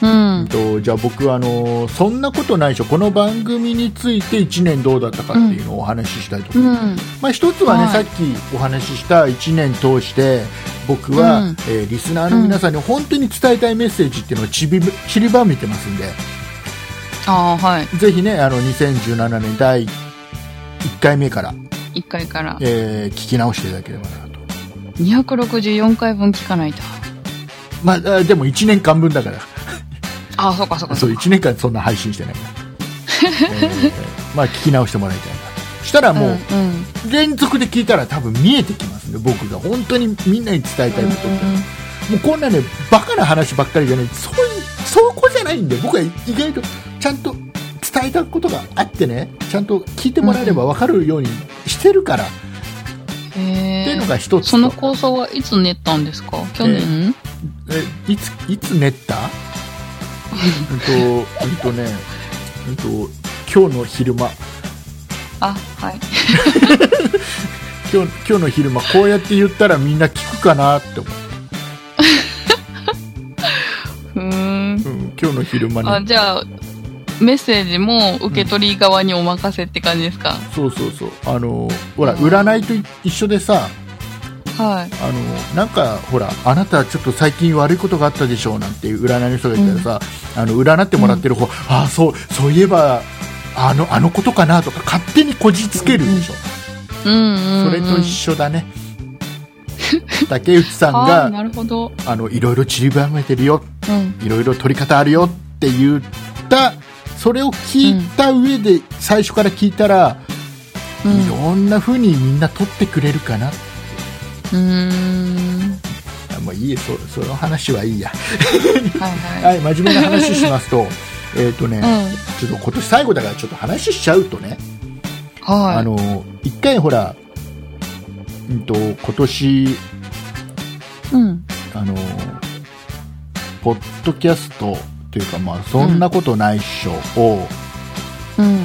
うん。
とじゃあ僕はあのそんなことないでしょこの番組について1年どうだったかっていうのをお話ししたいと
う
思います、
ん。
まあ、一つはね、
はい
さっきお話しした1年通して僕は、
うん
えーリスナーの皆さんに本当に伝えたいメッセージっていうのをちびちりばめてますんで
ああ、はい。
ぜひねあの2017年第1回目から、
1回から。
えー聞き直していただければなと、
264回分聞かないと。
まああー、でも1年間分だから
ああ、そうかそうか
そう
そうか。
1年間そんな配信してな いから、えーまあ、聞き直してもらいたいなしたらもう、
うん、うん。
連続で聞いたら多分見えてきますね僕が本当にみんなに伝えたいことって、もうこんなねバカな話ばっかりじゃないそういうそうこじゃないんで僕は意外とちゃんと伝えたことがあってねちゃんと聞いてもらえれば分かるようにしてるから、っ
へ
ていうの
え。
が一つと
その構想はいつ練ったんですか去年、
えいついつ練ったうんとうんとねうんと今日の昼間
あ、はい。
今日今日の昼間こうやって言ったらみんな聞くかなって思う、
ふーん。
うん、今日の昼間に
あ、じゃあ、メッセージも受け取り側にお任せって感じですか、
そうそうそうあのほら占いと一緒でさ
はい。
あのなんかほらあなたちょっと最近悪いことがあったでしょうなんていう占いの人がいたらさ、あの占ってもらってる方、ああそうそういえばあのあのことかなとか勝手にこじつけるでしょ、
うんうん、うん。
それと一緒だね竹内さん
ああ、
が
なるほど。
あのいろいろ散りばめてるよ
うん。
いろいろ取り方あるよって言ったそれを聞いた上で、最初から聞いたら、
うん
いろんな風にみんな取ってくれるかな
うーん。
あもういいそその話はいいや
はいは。
はいい、真面目な話します と、えっとね、
うん。
ちょっと今年最後だからちょっと話しちゃうとね、
はい。
あの、一回ほら、うんと、今年、
うん。
あの、ポッドキャストというか、まあ、そんなことないっしょを
うん。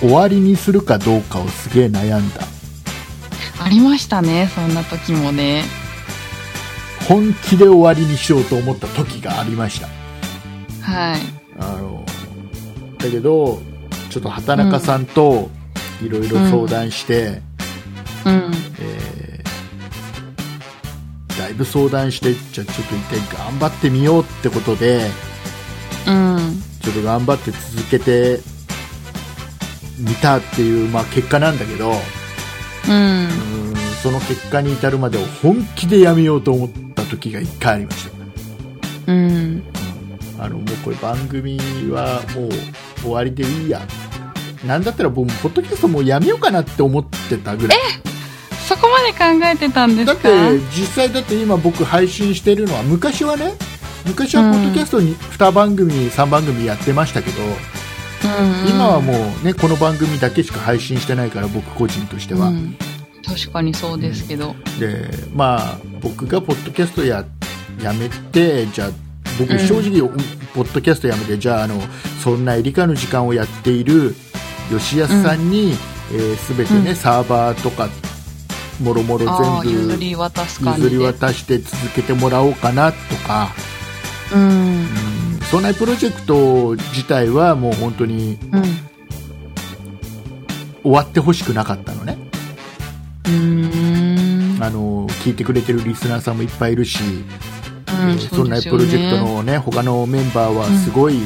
終わりにするかどうかをすげえ悩んだ。
ありましたね、そんな時もね。
本気で終わりにしようと思った時がありました。
はい。
あのだけど、ちょっと畑中さんといろいろ相談して、
うん。
えーだいぶ相談してじゃあちょっと一回頑張ってみようってことで
うん。
ちょっと頑張って続けてみたっていう、まあ、結果なんだけどう
うん。
ーんその結果に至るまでを本気でやめようと思った時が一回ありまし
うん。
たあのもうこれ番組はもう終わりでいいやなんだったら僕ポッドキャストもうやめようかなって思ってたぐらい
そこまで考えてたんで
だ
す
っ
か
て実際だって今僕配信してるのは昔はね昔はポッドキャストに2番組、3番組やってましたけど、
うんうん、
今はもうねこの番組だけしか配信してないから僕個人としては、
ん、確かにそうですけど、
でまあ僕がポッドキャストややめてじゃあ僕
うん
正直、ポッドキャストやめてじゃああのそんなエリカの時間をやっている吉安さんに、えー全てね、
うん
サーバーとかもろもろ
ああ
全部
譲り渡す感じ
譲
で
り渡して続けてもらおうかなとか、
うん
うん、そんなプロジェクト自体はもう本当に
うん
終わってほしくなかったのね、
うーん
あの聞いてくれてるリスナーさんもいっぱいいるし、
う
え
ん
ーそんな
です
プ
よね
ロジェクトの、ね、他のメンバーはすごい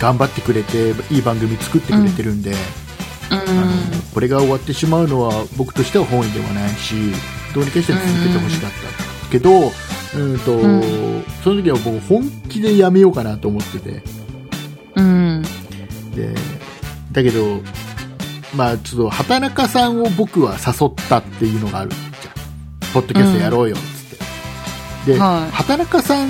頑張ってくれて、いい番組作ってくれてるんで、あのこれが終わってしまうのは僕としては本意ではないしどうにかして続けてほしかったけど、うんと
う
その時は僕本気でやめようかなと思ってて。
うん
でだけどまあちょっと畑中さんを僕は誘ったっていうのがあるじゃんポッドキャストやろうよっつって、で、
はい
畑中さん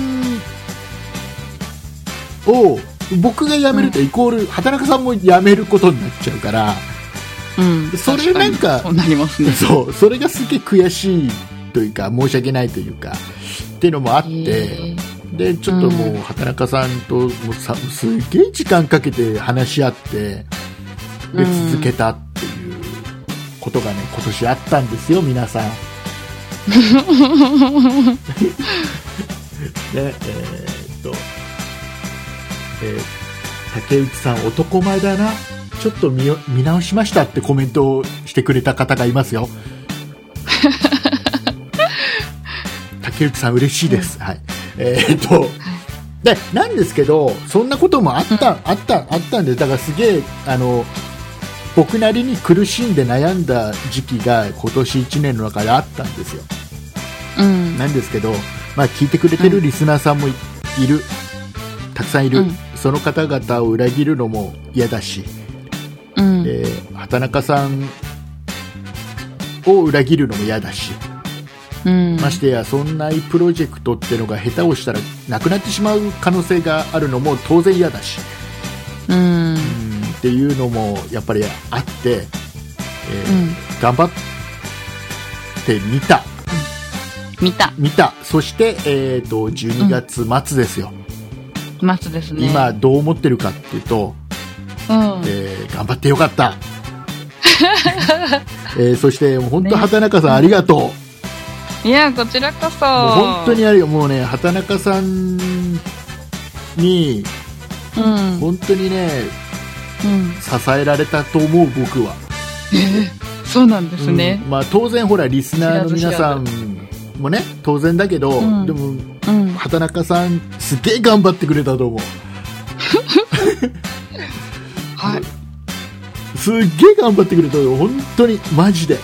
を僕が辞めるとイコール、畑中さんも辞めることになっちゃう から
うん
それなんか
確にそうなりますね
そうそれがすげえ悔しいというか申し訳ないというかっていうのもあって、
へえ
でちょっともう
うん
畑中さんともうさすげえ時間かけて話し合って
う
で
ん
続けたっていうことがね今年あったんですよ 皆さんね、えーっと、えー竹内さん男前だなちょっと見よ見直しましたってコメントをしてくれた方がいますよ 竹内さん嬉しいです、はいえーっとでなんですけどそんなこともあった、あったあったんでだからすげえあの僕なりに苦しんで悩んだ時期が今年1年の中であったんですよ
うん
なんですけど、まあ、聞いてくれてるリスナーさんもい,、るたくさんいる、
うん
その方々を裏切るのも嫌だし、
うん
で畑中さんを裏切るのも嫌だし、
うん
ましてやそんなプロジェクトってのが下手をしたらなくなってしまう可能性があるのも当然嫌だし、
うん
うんっていうのもやっぱりあって、えー
うん
頑張ってみた
見た
見たそして、えー、と12月末ですよ、
松ですね
今どう思ってるかっていうと、
うん
えー頑張ってよ かった、えーそして本当
ね
畑中さんありがとう,、もう
いやこちらこそ
本当にありがとうもうね畑中さんに
うんうん
本当にね支えられたと思う僕は
そうなんですね
う。んまあ、当然ほらリスナーの皆さんもね当然だけど、
うん
でも
うん。
畑中さんすげえ頑張ってくれたと思う
はい。
すっげえ頑張ってくれたと思う本当にマジで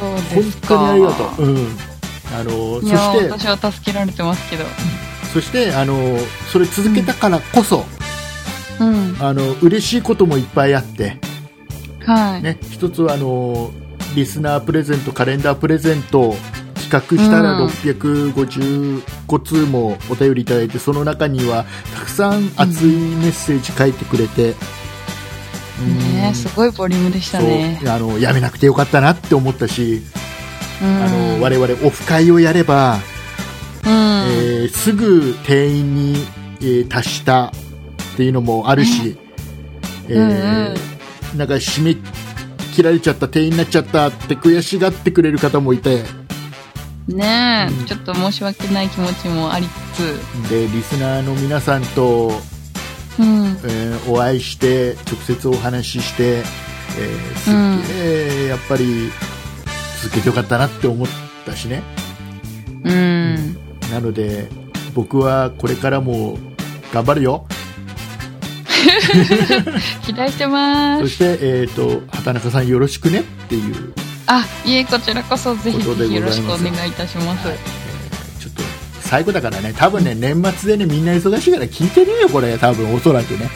そう
本
ですか。
当にありがとう、うん、あのそ
いやー、
して
私は助けられてますけど。
そしてあのそれ続けたからこそ、
うん。
あの嬉しいこともいっぱいあって、
はい。
ね、一つはあのリスナープレゼントカレンダープレゼントを企画したら
うん
655通もお便りいただいて、その中にはたくさん熱いメッセージ書いてくれて、うん
ねえすごいボリュームでしたね。
そうあのやめなくてよかったなって思ったし、
うん
あの我々オフ会をやれば、
うん。
えーすぐ定員に、えー達したっていうのもあるし、えー
うん
なんか締め切られちゃった定員になっちゃったって悔しがってくれる方もいて
うんね
うん
え、ちょっと申し訳ない気持ちもありつ
でリスナーの皆さんと、
つ、うん。
えーお会いして直接お話しして、えーすっげえ、やっぱり続けてよかったなって思ったしね
うん。
なので僕はこれからも頑張るよ
期待してま
そ
す。
して、えー、と畑中さんよろしくねっていう
あ、いえ、こちらこそぜひ
こ
ぜ
と
ひよ
でございま
ろ
す
しくお願いいたします。
ちょっと最後だからね多分ね年末でねみんな忙しいから聞いてねえよこれ多分おそらくね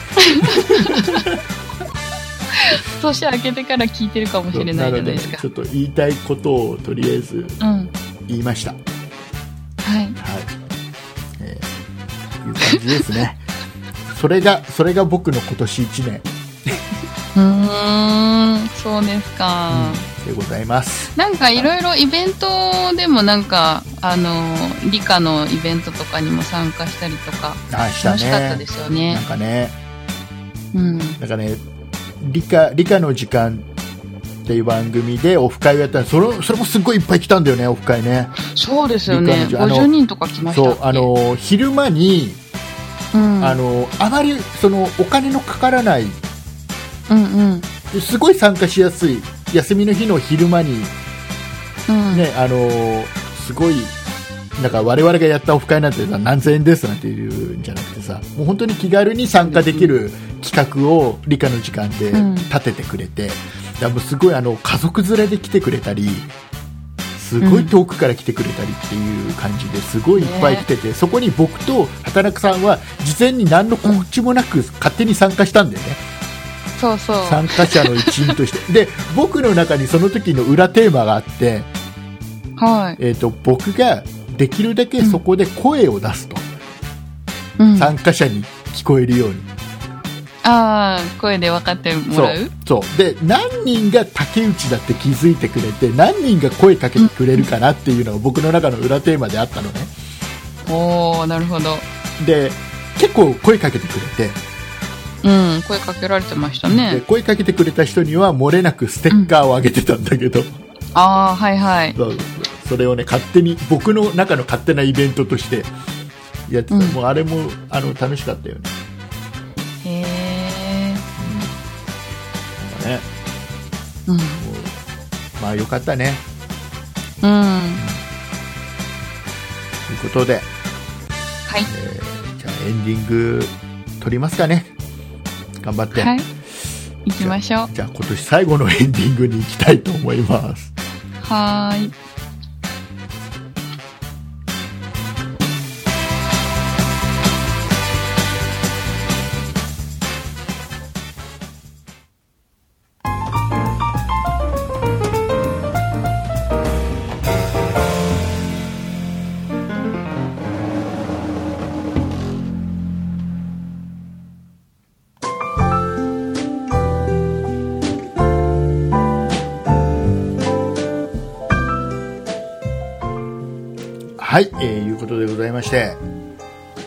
年明けてから聞いてるかもしれないじゃないです
ち
か
ょ。っと言いたいことをとりあえず
うん。
言いましたはい
はい。
えーいう感じですね それがそれが僕の今年1年
うーん、そうですか。
でございます、
なんかいろいろイベントでもなんか、あの、理科のイベントとかにも参加したりとか、
あした
楽しかったで
ね
すよ
な
ね
ん。かね
うん。
なんかね理科理科の時間っていう番組でオフ会をやったらそれそれもすっごいいっぱい来たんだよねオフ会ね
そうですよね。
理科の授業あの
50人とか来ましたっ
そ
け
うあ、の昼間に
うん、
あのあまりそのお金のかからない
うんうん。
すごい参加しやすい休みの日の昼間に、ね
うん。
あのすごいなんか我々がやったオフ会なんてさ何千円ですなんていうんじゃなくてさもう本当に気軽に参加できる企画を理科の時間で
うん
立ててくれて、だからもうすごいあの家族連れで来てくれたりすごい遠くから来てくれたりっていう感じですごいいっぱい来てて、そこに僕と畑中さんは事前に何の告知もなく勝手に参加したんだよね。
そうそう。
参加者の一員としてで僕の中にその時の裏テーマがあって、
はい。
えー、と僕ができるだけそこで声を出すと、
うん、あ
参加者に聞こえるように
あー、声で分かっても
そ
ら
う
う
そうで何人が竹内だって気づいてくれて何人が声かけてくれるかなっていうのが僕の中の裏テーマであったのね
おー、なるほど。
で結構声かけてくれて、
うん、声かけられてました
で
ね。
声かけてくれた人には漏れなくステッカーをあげてたんだけど、
ああ、はいはい。
そうそれをね勝手に僕の中の勝手なイベントとしてやってた、
うん
もうあれもあの楽しかったよね,、
へえ。
なんかね
うん。
もうまあよかったね
うん。
ということで、
はい。
えーじゃあエンディング撮りますかね頑張って、
はい。行きましょう。
じゃあ今年最後のエンディングに行きたいと思います
はーい。
はい、えーいうことでございまして、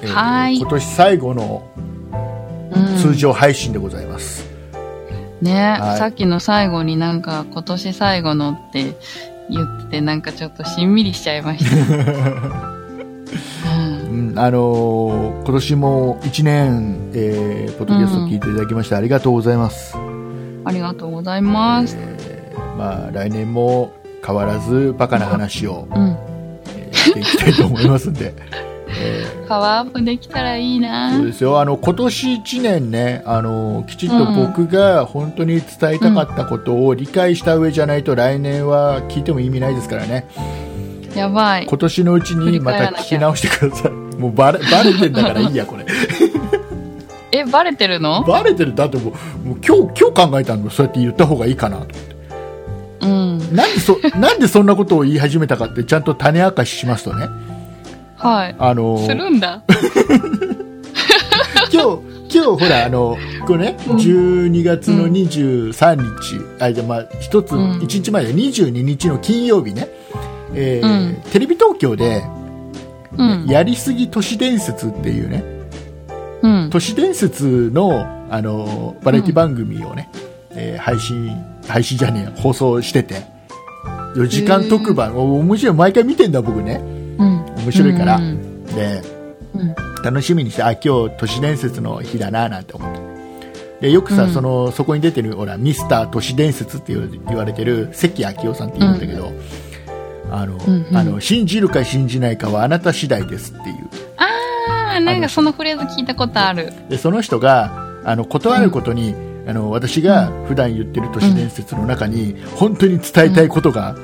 えー
はい
今年最後の
うん、
通常配信でございます、
ね、
はい
さっきの最後になんか今年最後のって言っててなんかちょっとしんみりしちゃいま した。うん
うんあのー今年も1年、えーポッドキャスト聞いていただきましてありがとうございます、
ありがとうございます。
えーまあ、来年も変わらずバカな話を
うん。
えーしていきたいと思いますんで、えー
パワーアップできたらいいな
そうですよあの今年1年ねあのきちっと僕が本当に伝えたかったことを理解した上じゃないと来年は聞いても意味ないですからね
やばい。
今年のうちにまた聞き直してくださいもうバレバレてんだからいいやこれ
え、バレてるの
バレてるだってもうもう今日今日考えたのそうやって言った方がいいかなと
うん。
なんでそなんでそんなことを言い始めたかってちゃんと種明かししますとね
はい。
あの
するんだ。
今日今日ほらあのこれね12月の23日、あじゃあまあ一つ
うん
一日前で22日の金曜日ね、えーテレビ東京で、
うん。
やりすぎ都市伝説っていうね
うん。
都市伝説のあのバラエティ番組をね、えー配信配信じゃねえ放送してて4時間特番お面白い毎回見てんだ僕ね
うん。
面白いから、
うん。
で
うん
楽しみにしてあ今日都市伝説の日だななんて思ってでよくさ、
うん
そのそこに出てるほらミスター都市伝説って言う言われてる関明夫さんって言うんだけど、あ
ん
の
うん
あの信じるか信じないかはあなた次第ですっていう
あー、なんかそのフレーズ聞いたことある。
でその人があの断ることに、あの私が普段言ってる都市伝説の中に、本当に伝えたいことが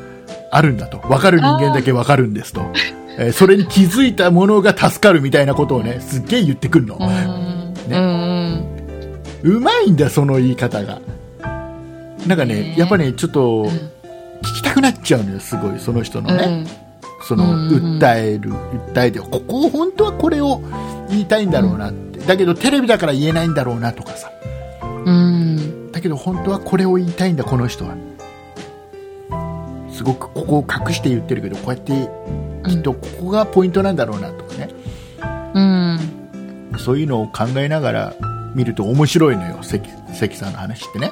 あるんだと分かる人間だけ分かるんですと、えーそれに気づいたものが助かるみたいなことをねすっげえ言ってくるの、
うーん。うん
うまいんだその言い方がなんかね、
ね
やっぱねちょっと
ん
聞きたくなっちゃうのよすごいその人の
うん。
ね、
うん。
その
うんうんうん
訴える訴えてここを本当はこれを言いたいんだろうなってだけどテレビだから言えないんだろうなとかさ
うん。
だけど本当はこれを言いたいんだこの人はすごくここを隠して言ってるけどこうやってきっとここがポイントなんだろうなとかね、
うん。
そういうのを考えながら見ると面白いのよ関関さんの話ってね
へ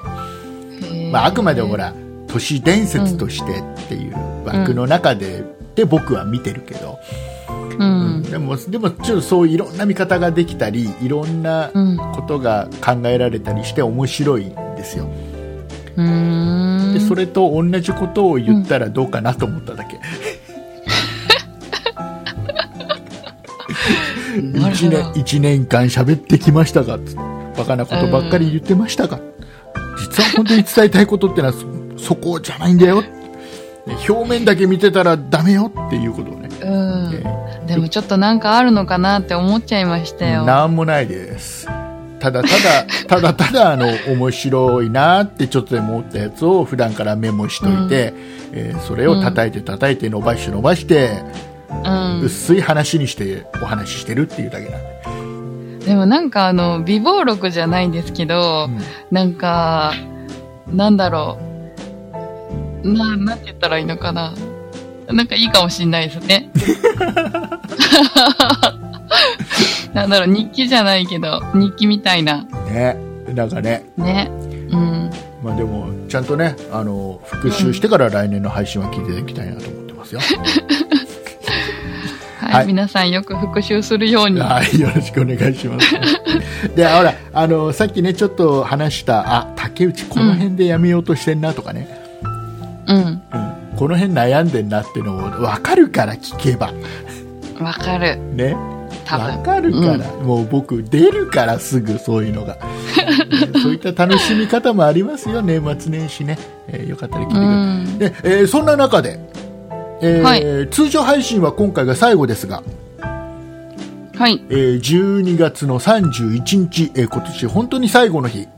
ー
まあ、あくまでほ。ら都市伝説としてっていう枠の中で,、で僕は見てるけど、
う
うん
ん。
でもでもちょっとそういろんな見方ができたりいろんな
うん。
ことが考えられたりして面白いんですよ
うーん。
でそれと同じことを言ったらどうかなと思っただけ、
なるほど
1年一年間喋ってきましたがつってバカなことばっかり言ってましたが、実は本当に伝えたいことってのはそそこじゃないんだよ、ね表面だけ見てたらダメよっていうことをね、
うん
えー
でもちょっとなんかあるのかなって思っちゃいましたよ。
なんもないですただただただただあの面白いなってちょっとでも思ったやつを普段からメモしといて、えーそれを叩いて叩いて伸ばして伸ばして、
う
薄い話にしてお話ししてるっていうだけなんで、
ん。でもなんかあの、微暴録じゃないんですけど、
うん
なんか、なんだろう。な、なんて言ったらいいのかな。なんかいいかもしんないです ね。なんだろう、日記じゃないけど、日記みたいな。
ねなんかね
ね。うん。
まあでもちゃんとねあの復習してから来年の配信は聞いていただきたいなと思ってますよ、
はい。
はい
皆さんよく復習するように。
はいよろしくお願いしますでほらあのさっきねちょっと話したあ竹内この辺でやめようとしてんなとかね、
うん。
うんこの辺悩んでんなってのを分かるから聞けば
わかる。
ね
多分
分かるから、もう僕出るからすぐそういうの が、ねそういった楽しみ方もありますよ年末年始ね、えーよかったら聞いてください、
うん。
で、えーそんな中で、えー
は
通常配信は今回が最後ですが、
はい。
えー12月の31日、えー今年本当に最後の日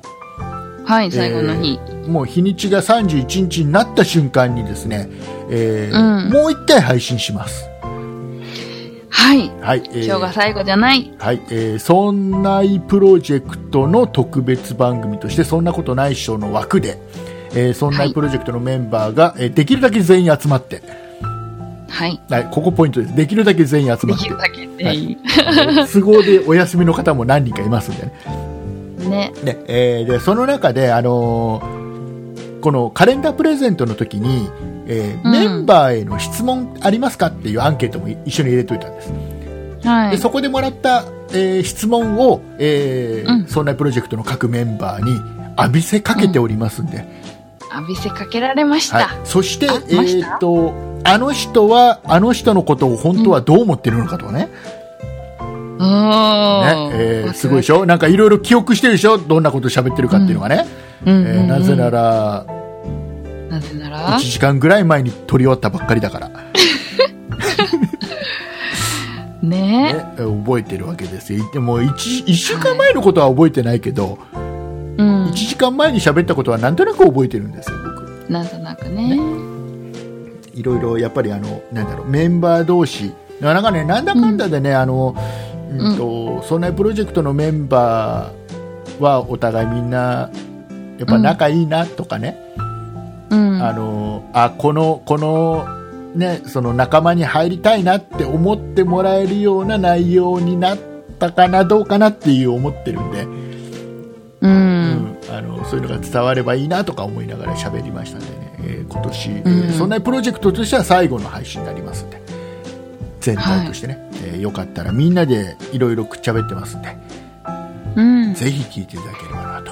はい、最後の日。
えーもう日にちが31日になった瞬間にですね、えー
うん
もう一回配信します、
はい。
はいえー
今日が最後じゃない。
はいえーそんないプロジェクトの特別番組としてそんなことないっしょの枠で、えーそんないプロジェクトのメンバーが、えーできるだけ全員集まって、
はい。
はい、ここポイントですできるだけ全員集
で
まっ
き
て
るだけでいい。
都合でお休みの方も何人かいますんでね。
ね。
ねえーでその中で、あのーこのカレンダープレゼントの時に、えー
うん
メンバーへの質問ありますかっていうアンケートもい一緒に入れといたんです。
は
で
い。
そこでもらった、えー質問を、えー
うん
そんなプロジェクトの各メンバーに浴びせかけておりますんで、
浴びせかけられました。
はい、そして
あ、
え
ました
ーっと、あの人は、あの人のことを本当はどう思ってるのかとかね。ね
おー
えーすごいでしょなんかいろいろ記憶してるでしょどんなこと喋ってるかっていうのがね。
うんうん
え
う
ー
ん
なぜなら、
なぜなら
1時間ぐらい前に撮り終わったばっかりだから、ね
ね
えー覚えてるわけですよ。でも 1, 一週間前のことは覚えてないけど、
うん
1。時間前に喋ったことはなんとなく覚えてるんですよ、僕。
なんとなくね。
いろいろやっぱりあの、なんだろう、メンバー同士。なんかね、なんだかんだでね、あの、うんと、そんなプロジェクトのメンバーはお互いみんな、やっぱ仲いいなとかね。
うん。
あのあこのこのねその仲間に入りたいなって思ってもらえるような内容になったかなどうかなっていう思ってるんで、
う。
うんあのそういうのが伝わればいいなとか思いながら喋りましたんでね、えー今年、えー
うん
そんなプロジェクトとしては最後の配信になりますんで全体としてね、えーよかったらみんなでいろいろくっちゃべってますんで、
うん。
ぜひ聞いていただければなと。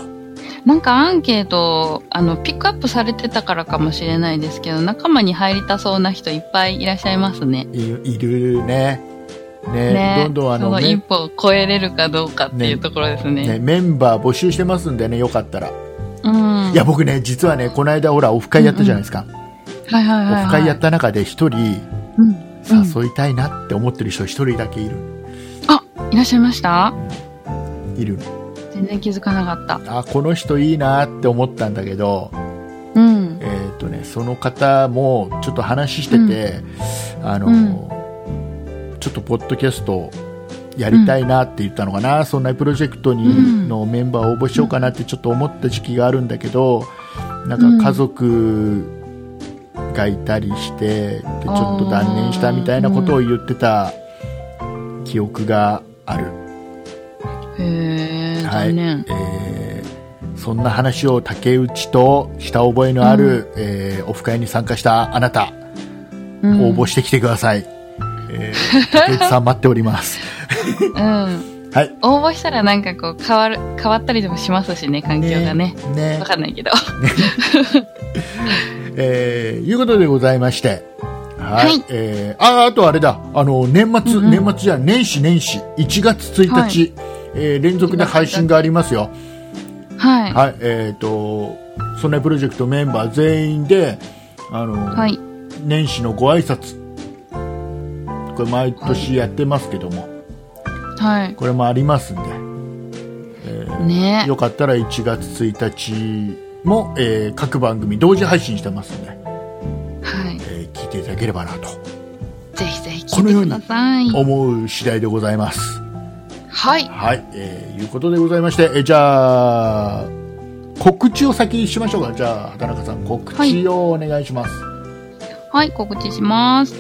なんかアンケート、あの、ピックアップされてたからかもしれないですけど、仲間に入りたそうな人いっぱいいらっしゃいますね。
いいるねね
ね。
どんどんあ
そ
の、
の
ね
一歩を超えれるかどうかっていう
ね
ところですね。
ね、メンバー募集してますんでねよかったら
うん。
いや僕ね実はねこの間ほらオフ会やったじゃないですか、
はいはいはい、はい。
オフ会やった中で一人
うん。
誘いたいなって思ってる人一人だけいる
あ、いらっしゃいました
いる
全然気づかなかった。
あこの人いいなって思ったんだけど
うん
え。ーっ、とねその方もちょっと話してて、あの、ちょっとポッドキャストやりたいなって言ったのかな、そんなプロジェクトに、
うん
のメンバーを応募しようかなってちょっと思った時期があるんだけどなんか家族がいたりして、でちょっと断念したみたいなことを言ってた記憶がある、
へえ、残念。
えーそんな話を竹内とした覚えのある、えーオフ会に参加したあなた、
うん
応募してきてください、えー竹内さん待ってお ります
うん。
はい
応募したらなんかこう変わる、変わったりでもしますしね、環境がね。わ、
ね
かんないけど。
えーいうことでございまして。は
はい
えーあ、あとあれだ。あの、年末、
うんうん
年末じゃない年始年始、1月1日、
はい
えー連続で配信がありますよ。
はい。
はい、えっ、と、ソネプロジェクトメンバー全員で、あの、
はい。
年始のご挨拶。これ毎年やってますけども、
はい。
これもありますんで、
ね
よかったら1月1日も、えー各番組同時配信してますんで、
はい。
えー聞いていただければなと
ぜひぜひ
このよ
聞
う
い
に
てください。
思う次第でございます。
はい。
はい、えーいうことでございまして、えーじゃあ、告知を先にしましょうか。じゃあ、畑中さん、告知をお願いします。
はい、告知します。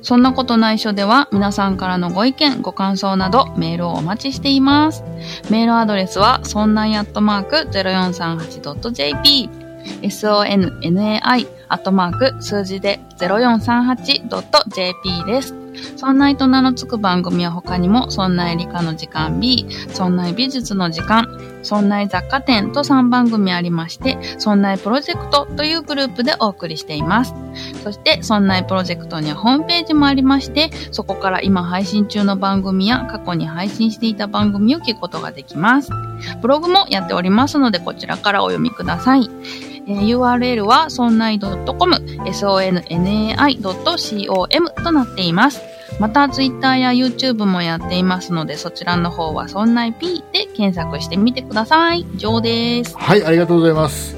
そんなことないしょでは皆さんからのご意見、ご感想などメールをお待ちしています。メールアドレスはそんないアットマーク 0438.jp sonnai アットマーク数字で 0438.jp です。そんないと名の付く番組は他にも、そんない理科の時間 B、そんない美術の時間、そんない雑貨店と3番組ありまして、そんないプロジェクトというグループでお送りしています。そして、そんないプロジェクトにはホームページもありまして、そこから今配信中の番組や過去に配信していた番組を聞くことができます。ブログもやっておりますので、こちらからお読みください。えー URL は、そんない .com、sonnai.com となっています。また、Twitter や YouTube もやっていますので、そちらの方は、そんない P で検索してみてください。以上です。
はい、ありがとうございます。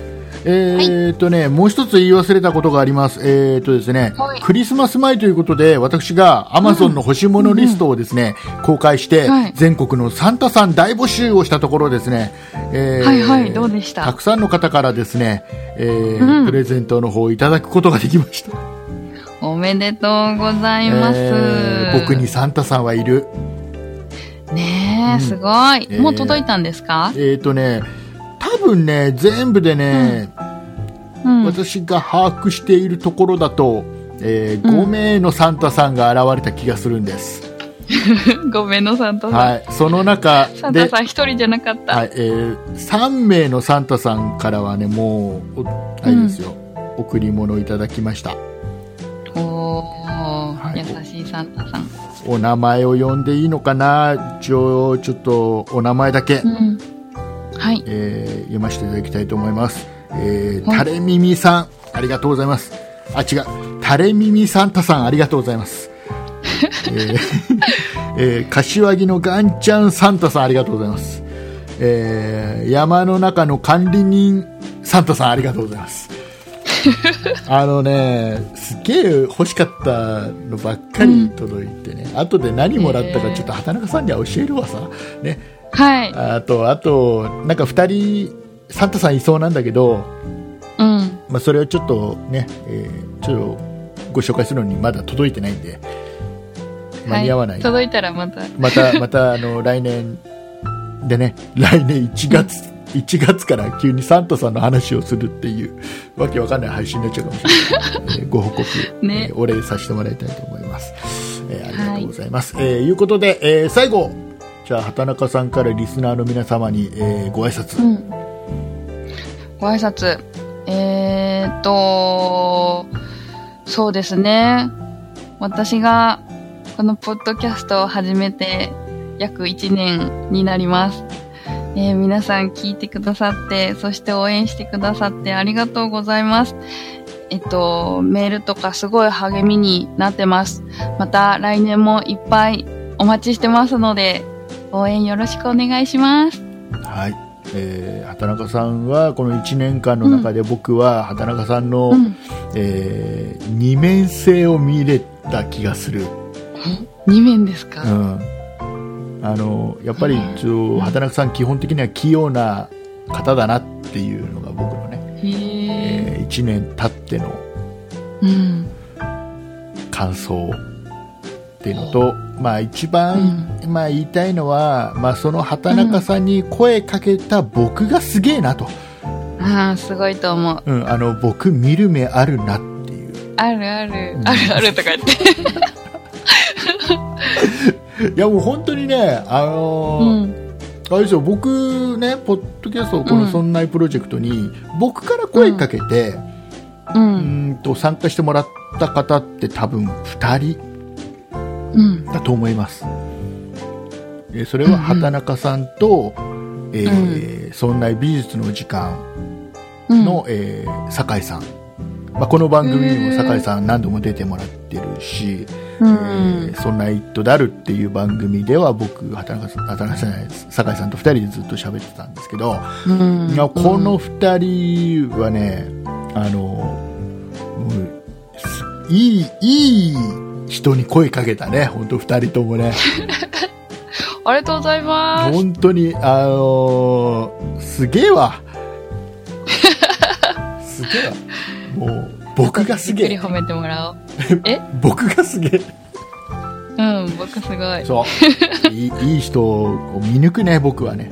えーっとね、もう一つ言い忘れたことがあります。えーっとですね、
はい
クリスマス前ということで、私が Amazon の欲しいものリストをですね、公開して、
はい
全国のサンタさん大募集をしたところですね、えー
はいはい、どうでしたた
くさんの方からですね、えー
うん
プレゼントの方をいただくことができました。
おめでとうございます。
えー僕にサンタさんはいる。
ね
う
え、
ん
すごい、
えー
もう届いたんですか、
えっ、とね、多分ね、全部でね、
うん。
私が把握しているところだと、えー
うん
5名のサンタさんが現れた気がするんです。
ごめんの、サンタさん。
はい。その中
サンタ
で、
さん一人じゃなかった。
はい、えー、3名のサンタさんからはね、もう、おあれですよ、贈り物をいただきました。
おー、
はい
優しいサンタさん。
お名前を呼んでいいのかな一応、ちょっと、お名前だけ、
うん。はい。
えー読ませていただきたいと思います。えー、
はい
垂れ耳さん、ありがとうございます。あ、違う。垂れ耳サンタさん、ありがとうございます。えー えー柏木のガンちゃんサンタさん、ありがとうございます。えー山の中の管理人サンタさん、ありがとうござ います。あのね、すげえ欲しかったのばっかり届いてね、後で何もらったかちょっと畑中さんには教えるわさ。ね、
はい。
あと、あと、なんか2人、サンタさんいそうなんだけど、
うん。
まあ、それをちょっとね、えーちょっとご紹介するのにまだ届いてないんで、間に合わない。
は届いたらまた。
また、また、あの、来年でね、来年1月、1月から急にサンタさんの話をするっていう、わけわかんない配信になっちゃうかもしれ ない。えーご報告、
ね
えーお礼させてもらいたいと思います。えーありがとうございます。えーいうことで、えー最後、じゃあ、畑中さんからリスナーの皆様に、えーご挨拶。
うん。ご挨拶。えーっと、そうですね。私がこのポッドキャストを始めて約1年になります。えー皆さん聞いてくださって、そして応援してくださってありがとうございます。えっと、メールとかすごい励みになってます。また来年もいっぱいお待ちしてますので、応援よろしくお願いします。
はい。えー畑中さんは、この1年間の中で僕は、畑中さんの、
うん
えー二面性を見れた気がする。
2面ですか、
うん、あのやっぱりちょ畑中さん基本的には器用な方だなっていうのが僕のね、
へえ、
え1年経っての
うん
感想っていうのと、まあ、一番、まあ、言いたいのは、まあ、その畑中さんに声かけた僕がすげえなと、
ああすごいと思う
うん、あの僕見る目あるなっていう
あるある、
うん
あるあるとか言っ て
いやもう本当にねあの
う
ー
ん
あれですよ僕ねポッドキャストこ
う
の「
ん
そんないプロジェクト」に僕から声かけて、
う
うんーんと参加してもらった方って多分2人
うん
だと思いますえーそれは畑中さんと「えーそんな美術の時間
うん
の」えー酒井さん、まあ、この番組にも酒井さん何度も出てもらってるし
う
「え
ん
ーそんなイットダル」っていう番組では僕畑中さん畑中さんじゃないです酒井さんと2人でずっと喋ってたんですけど、
うん
いやこの2人はね、あのもうすいいいい人に声かけたね、本当2人ともね、
ありがとうございます
本当に、あのすげえわ、すげえわ、もう僕がすげ
ゆ
え
っく、り褒めてもらおう
僕がすげえ、
うん僕すごい
そういい、いい人を見抜くね、僕はね、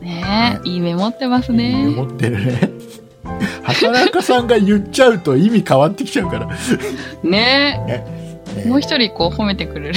ねえいい目持ってますね
思ってるね、 畑中さんが言っちゃうと意味変わってきちゃうから。
ね
ね
えもう一人こう褒めてくれる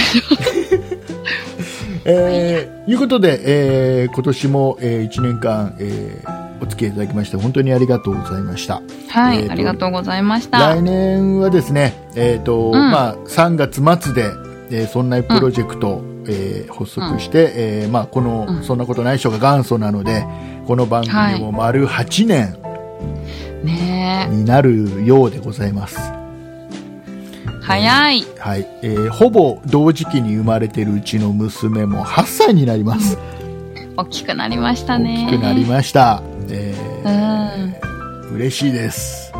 えー、いうことで、えー今年も、え1年間、えーお付き合いいただきまして本当にありがとうございました
は
え
い
ーと
ありがとうございました
来年はですね、えーと
ん
まあ、3月末で、えーそんなプロジェクト、えー発足して、えーまあ、この、
うん
そんなことない人が元祖なのでこの番組も丸8年
ね
になるようでございます、
え早い
はいえーほぼ同時期に生まれてるうちの娘も8歳になります
大きくなりましたね
大きくなりました、えー嬉しいです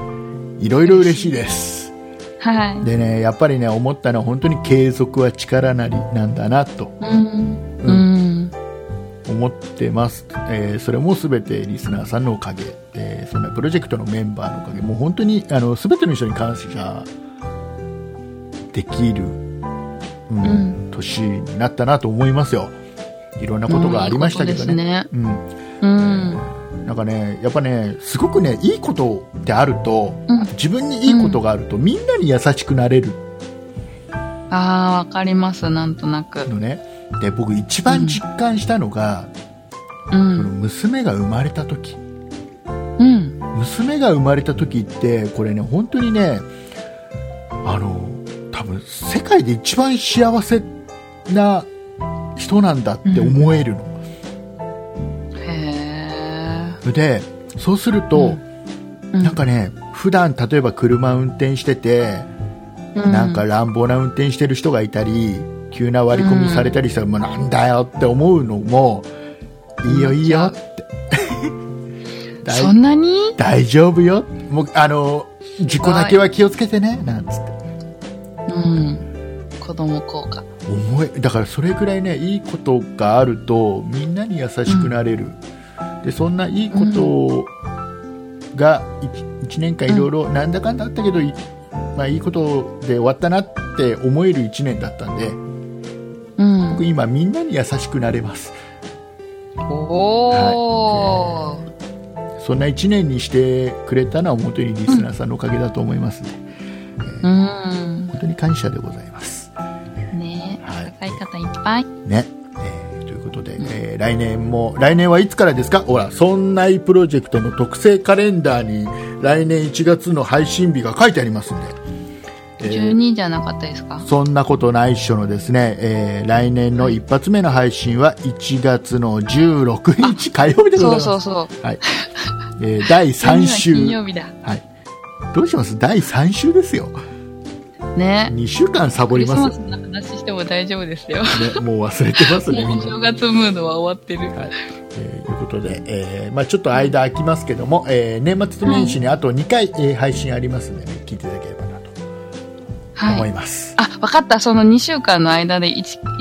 いろいろ嬉しいです
はい
でねやっぱりね思ったのは本当に継続は力なりなんだなと
うん
う
うん
思ってます、えーそれも全てリスナーさんのおかげ、えーそんなプロジェクトのメンバーのおかげもう本当にあの全ての人に感謝できる、うん
うん
年になったなと思いますよいろんなことがありましたけどね,、
うんいいこ
うん
とですねうん
なんかね、やっぱね、すごくね、いいことってあると、
うん
自分にいいことがあると、みんなに優しくなれる
ああ、わかります、なんとなく。
のねで僕一番実感したのが、
う
その
ん。
娘が生まれた時
うん。
娘が生まれた時ってこれね本当にねあの多分世界で一番幸せな人なんだって思えるの、
へえ。
でそうすると、
う
なん、かね普段例えば車運転してて、
う
なんか、乱暴な運転してる人がいたり急な割り込みされたりしたら、もうなんだよって思うのもいいよいいよって大
そんなに
大丈夫よもうあの事故だけは気をつけてねなんつって
うん。子供効果。
思えだからそれぐらいねいいことがあるとみんなに優しくなれる、でそんないいことが 1, 年間いろいろなんだかんだあったけど、いまあ、いいことで終わったなって思える1年だったんで
うん。
僕今みんなに優しくなれます
おー。
そんな1年にしてくれたのは本当にリスナーさんのおかげだと思いますね、
うん。
本当に感謝でございます
ね
はい
え。高い方いっぱい。
ね、えーということで、えー来年も来年はいつからですかほら「そんないプロジェクト」の特製カレンダーに来年1月の配信日が書いてありますんで、えー
12じゃなかったですか
そんなことないっしょのですね、えー来年の一発目の配信は1月の16日火曜日でござい
そ
ま
うそ
す
うそう。
はいえー第3 週
金曜日だ。
はい、どうします第3週ですよ
ね。
2週間サボ
ク
り
リス
ま
マ
す、
ス
ね、
の話しても大丈夫ですよ。
もう忘れてますねみん
お
な
正月ムードは終わってる。
はい、えーということで、えーまあ、ちょっと間空きますけども、えー年末年始にあと2回、えー配信ありますので、ね、聞いていただければなと
は
思い
い。
ます、
あ、わかった。その2週間の間で 1,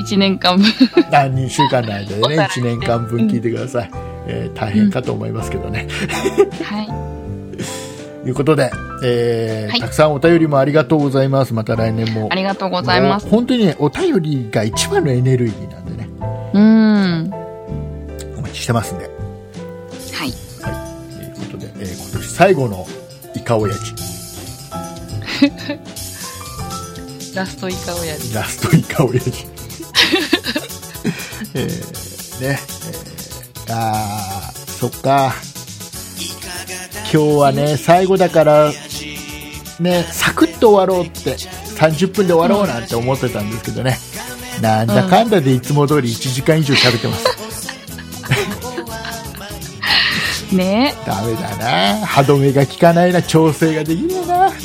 1年間分。
何2週間の間で
おさ
ね
らい
1年間分聞いてください、えー大変かと思いますけどね、
は
ということで、えー
はい
たくさんお便りもありがとうございますまた来年も
い。ありがとうございます
も。う本当にねお便りが一番のエネルギーなんでね
うん。は
お待ちしてますんで
い。
はい、ということで、えー今年最後のイカオヤジ
ラストイカをやる。
ラストイカ親父 えー、ね、えー、あーそっか今日はね最後だからねサクッと終わろうって30分で終わろうなんて思ってたんですけどね、なんだかんだでいつも通り1時間以上喋ってます、
ね
ダメだな歯止めが効かないな調整ができないな、ね、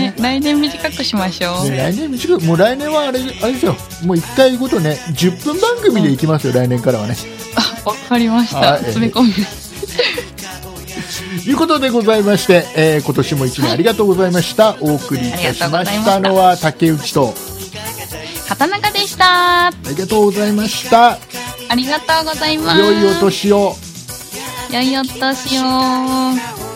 ね来年短くしましょう。
来年短くもう来年はあれあれですよもう1回ごとね10分番組でいきますよ来年からはね
あ、わかりまし
は
た。
い
詰め込みます。
ということでございまして、えー今年も一年ありがとうございました。お送りいたしましたのは竹内と、
畑中でした。あ
ありがとうございました。
りがとうございます。
良いお。年を。
良いお年を。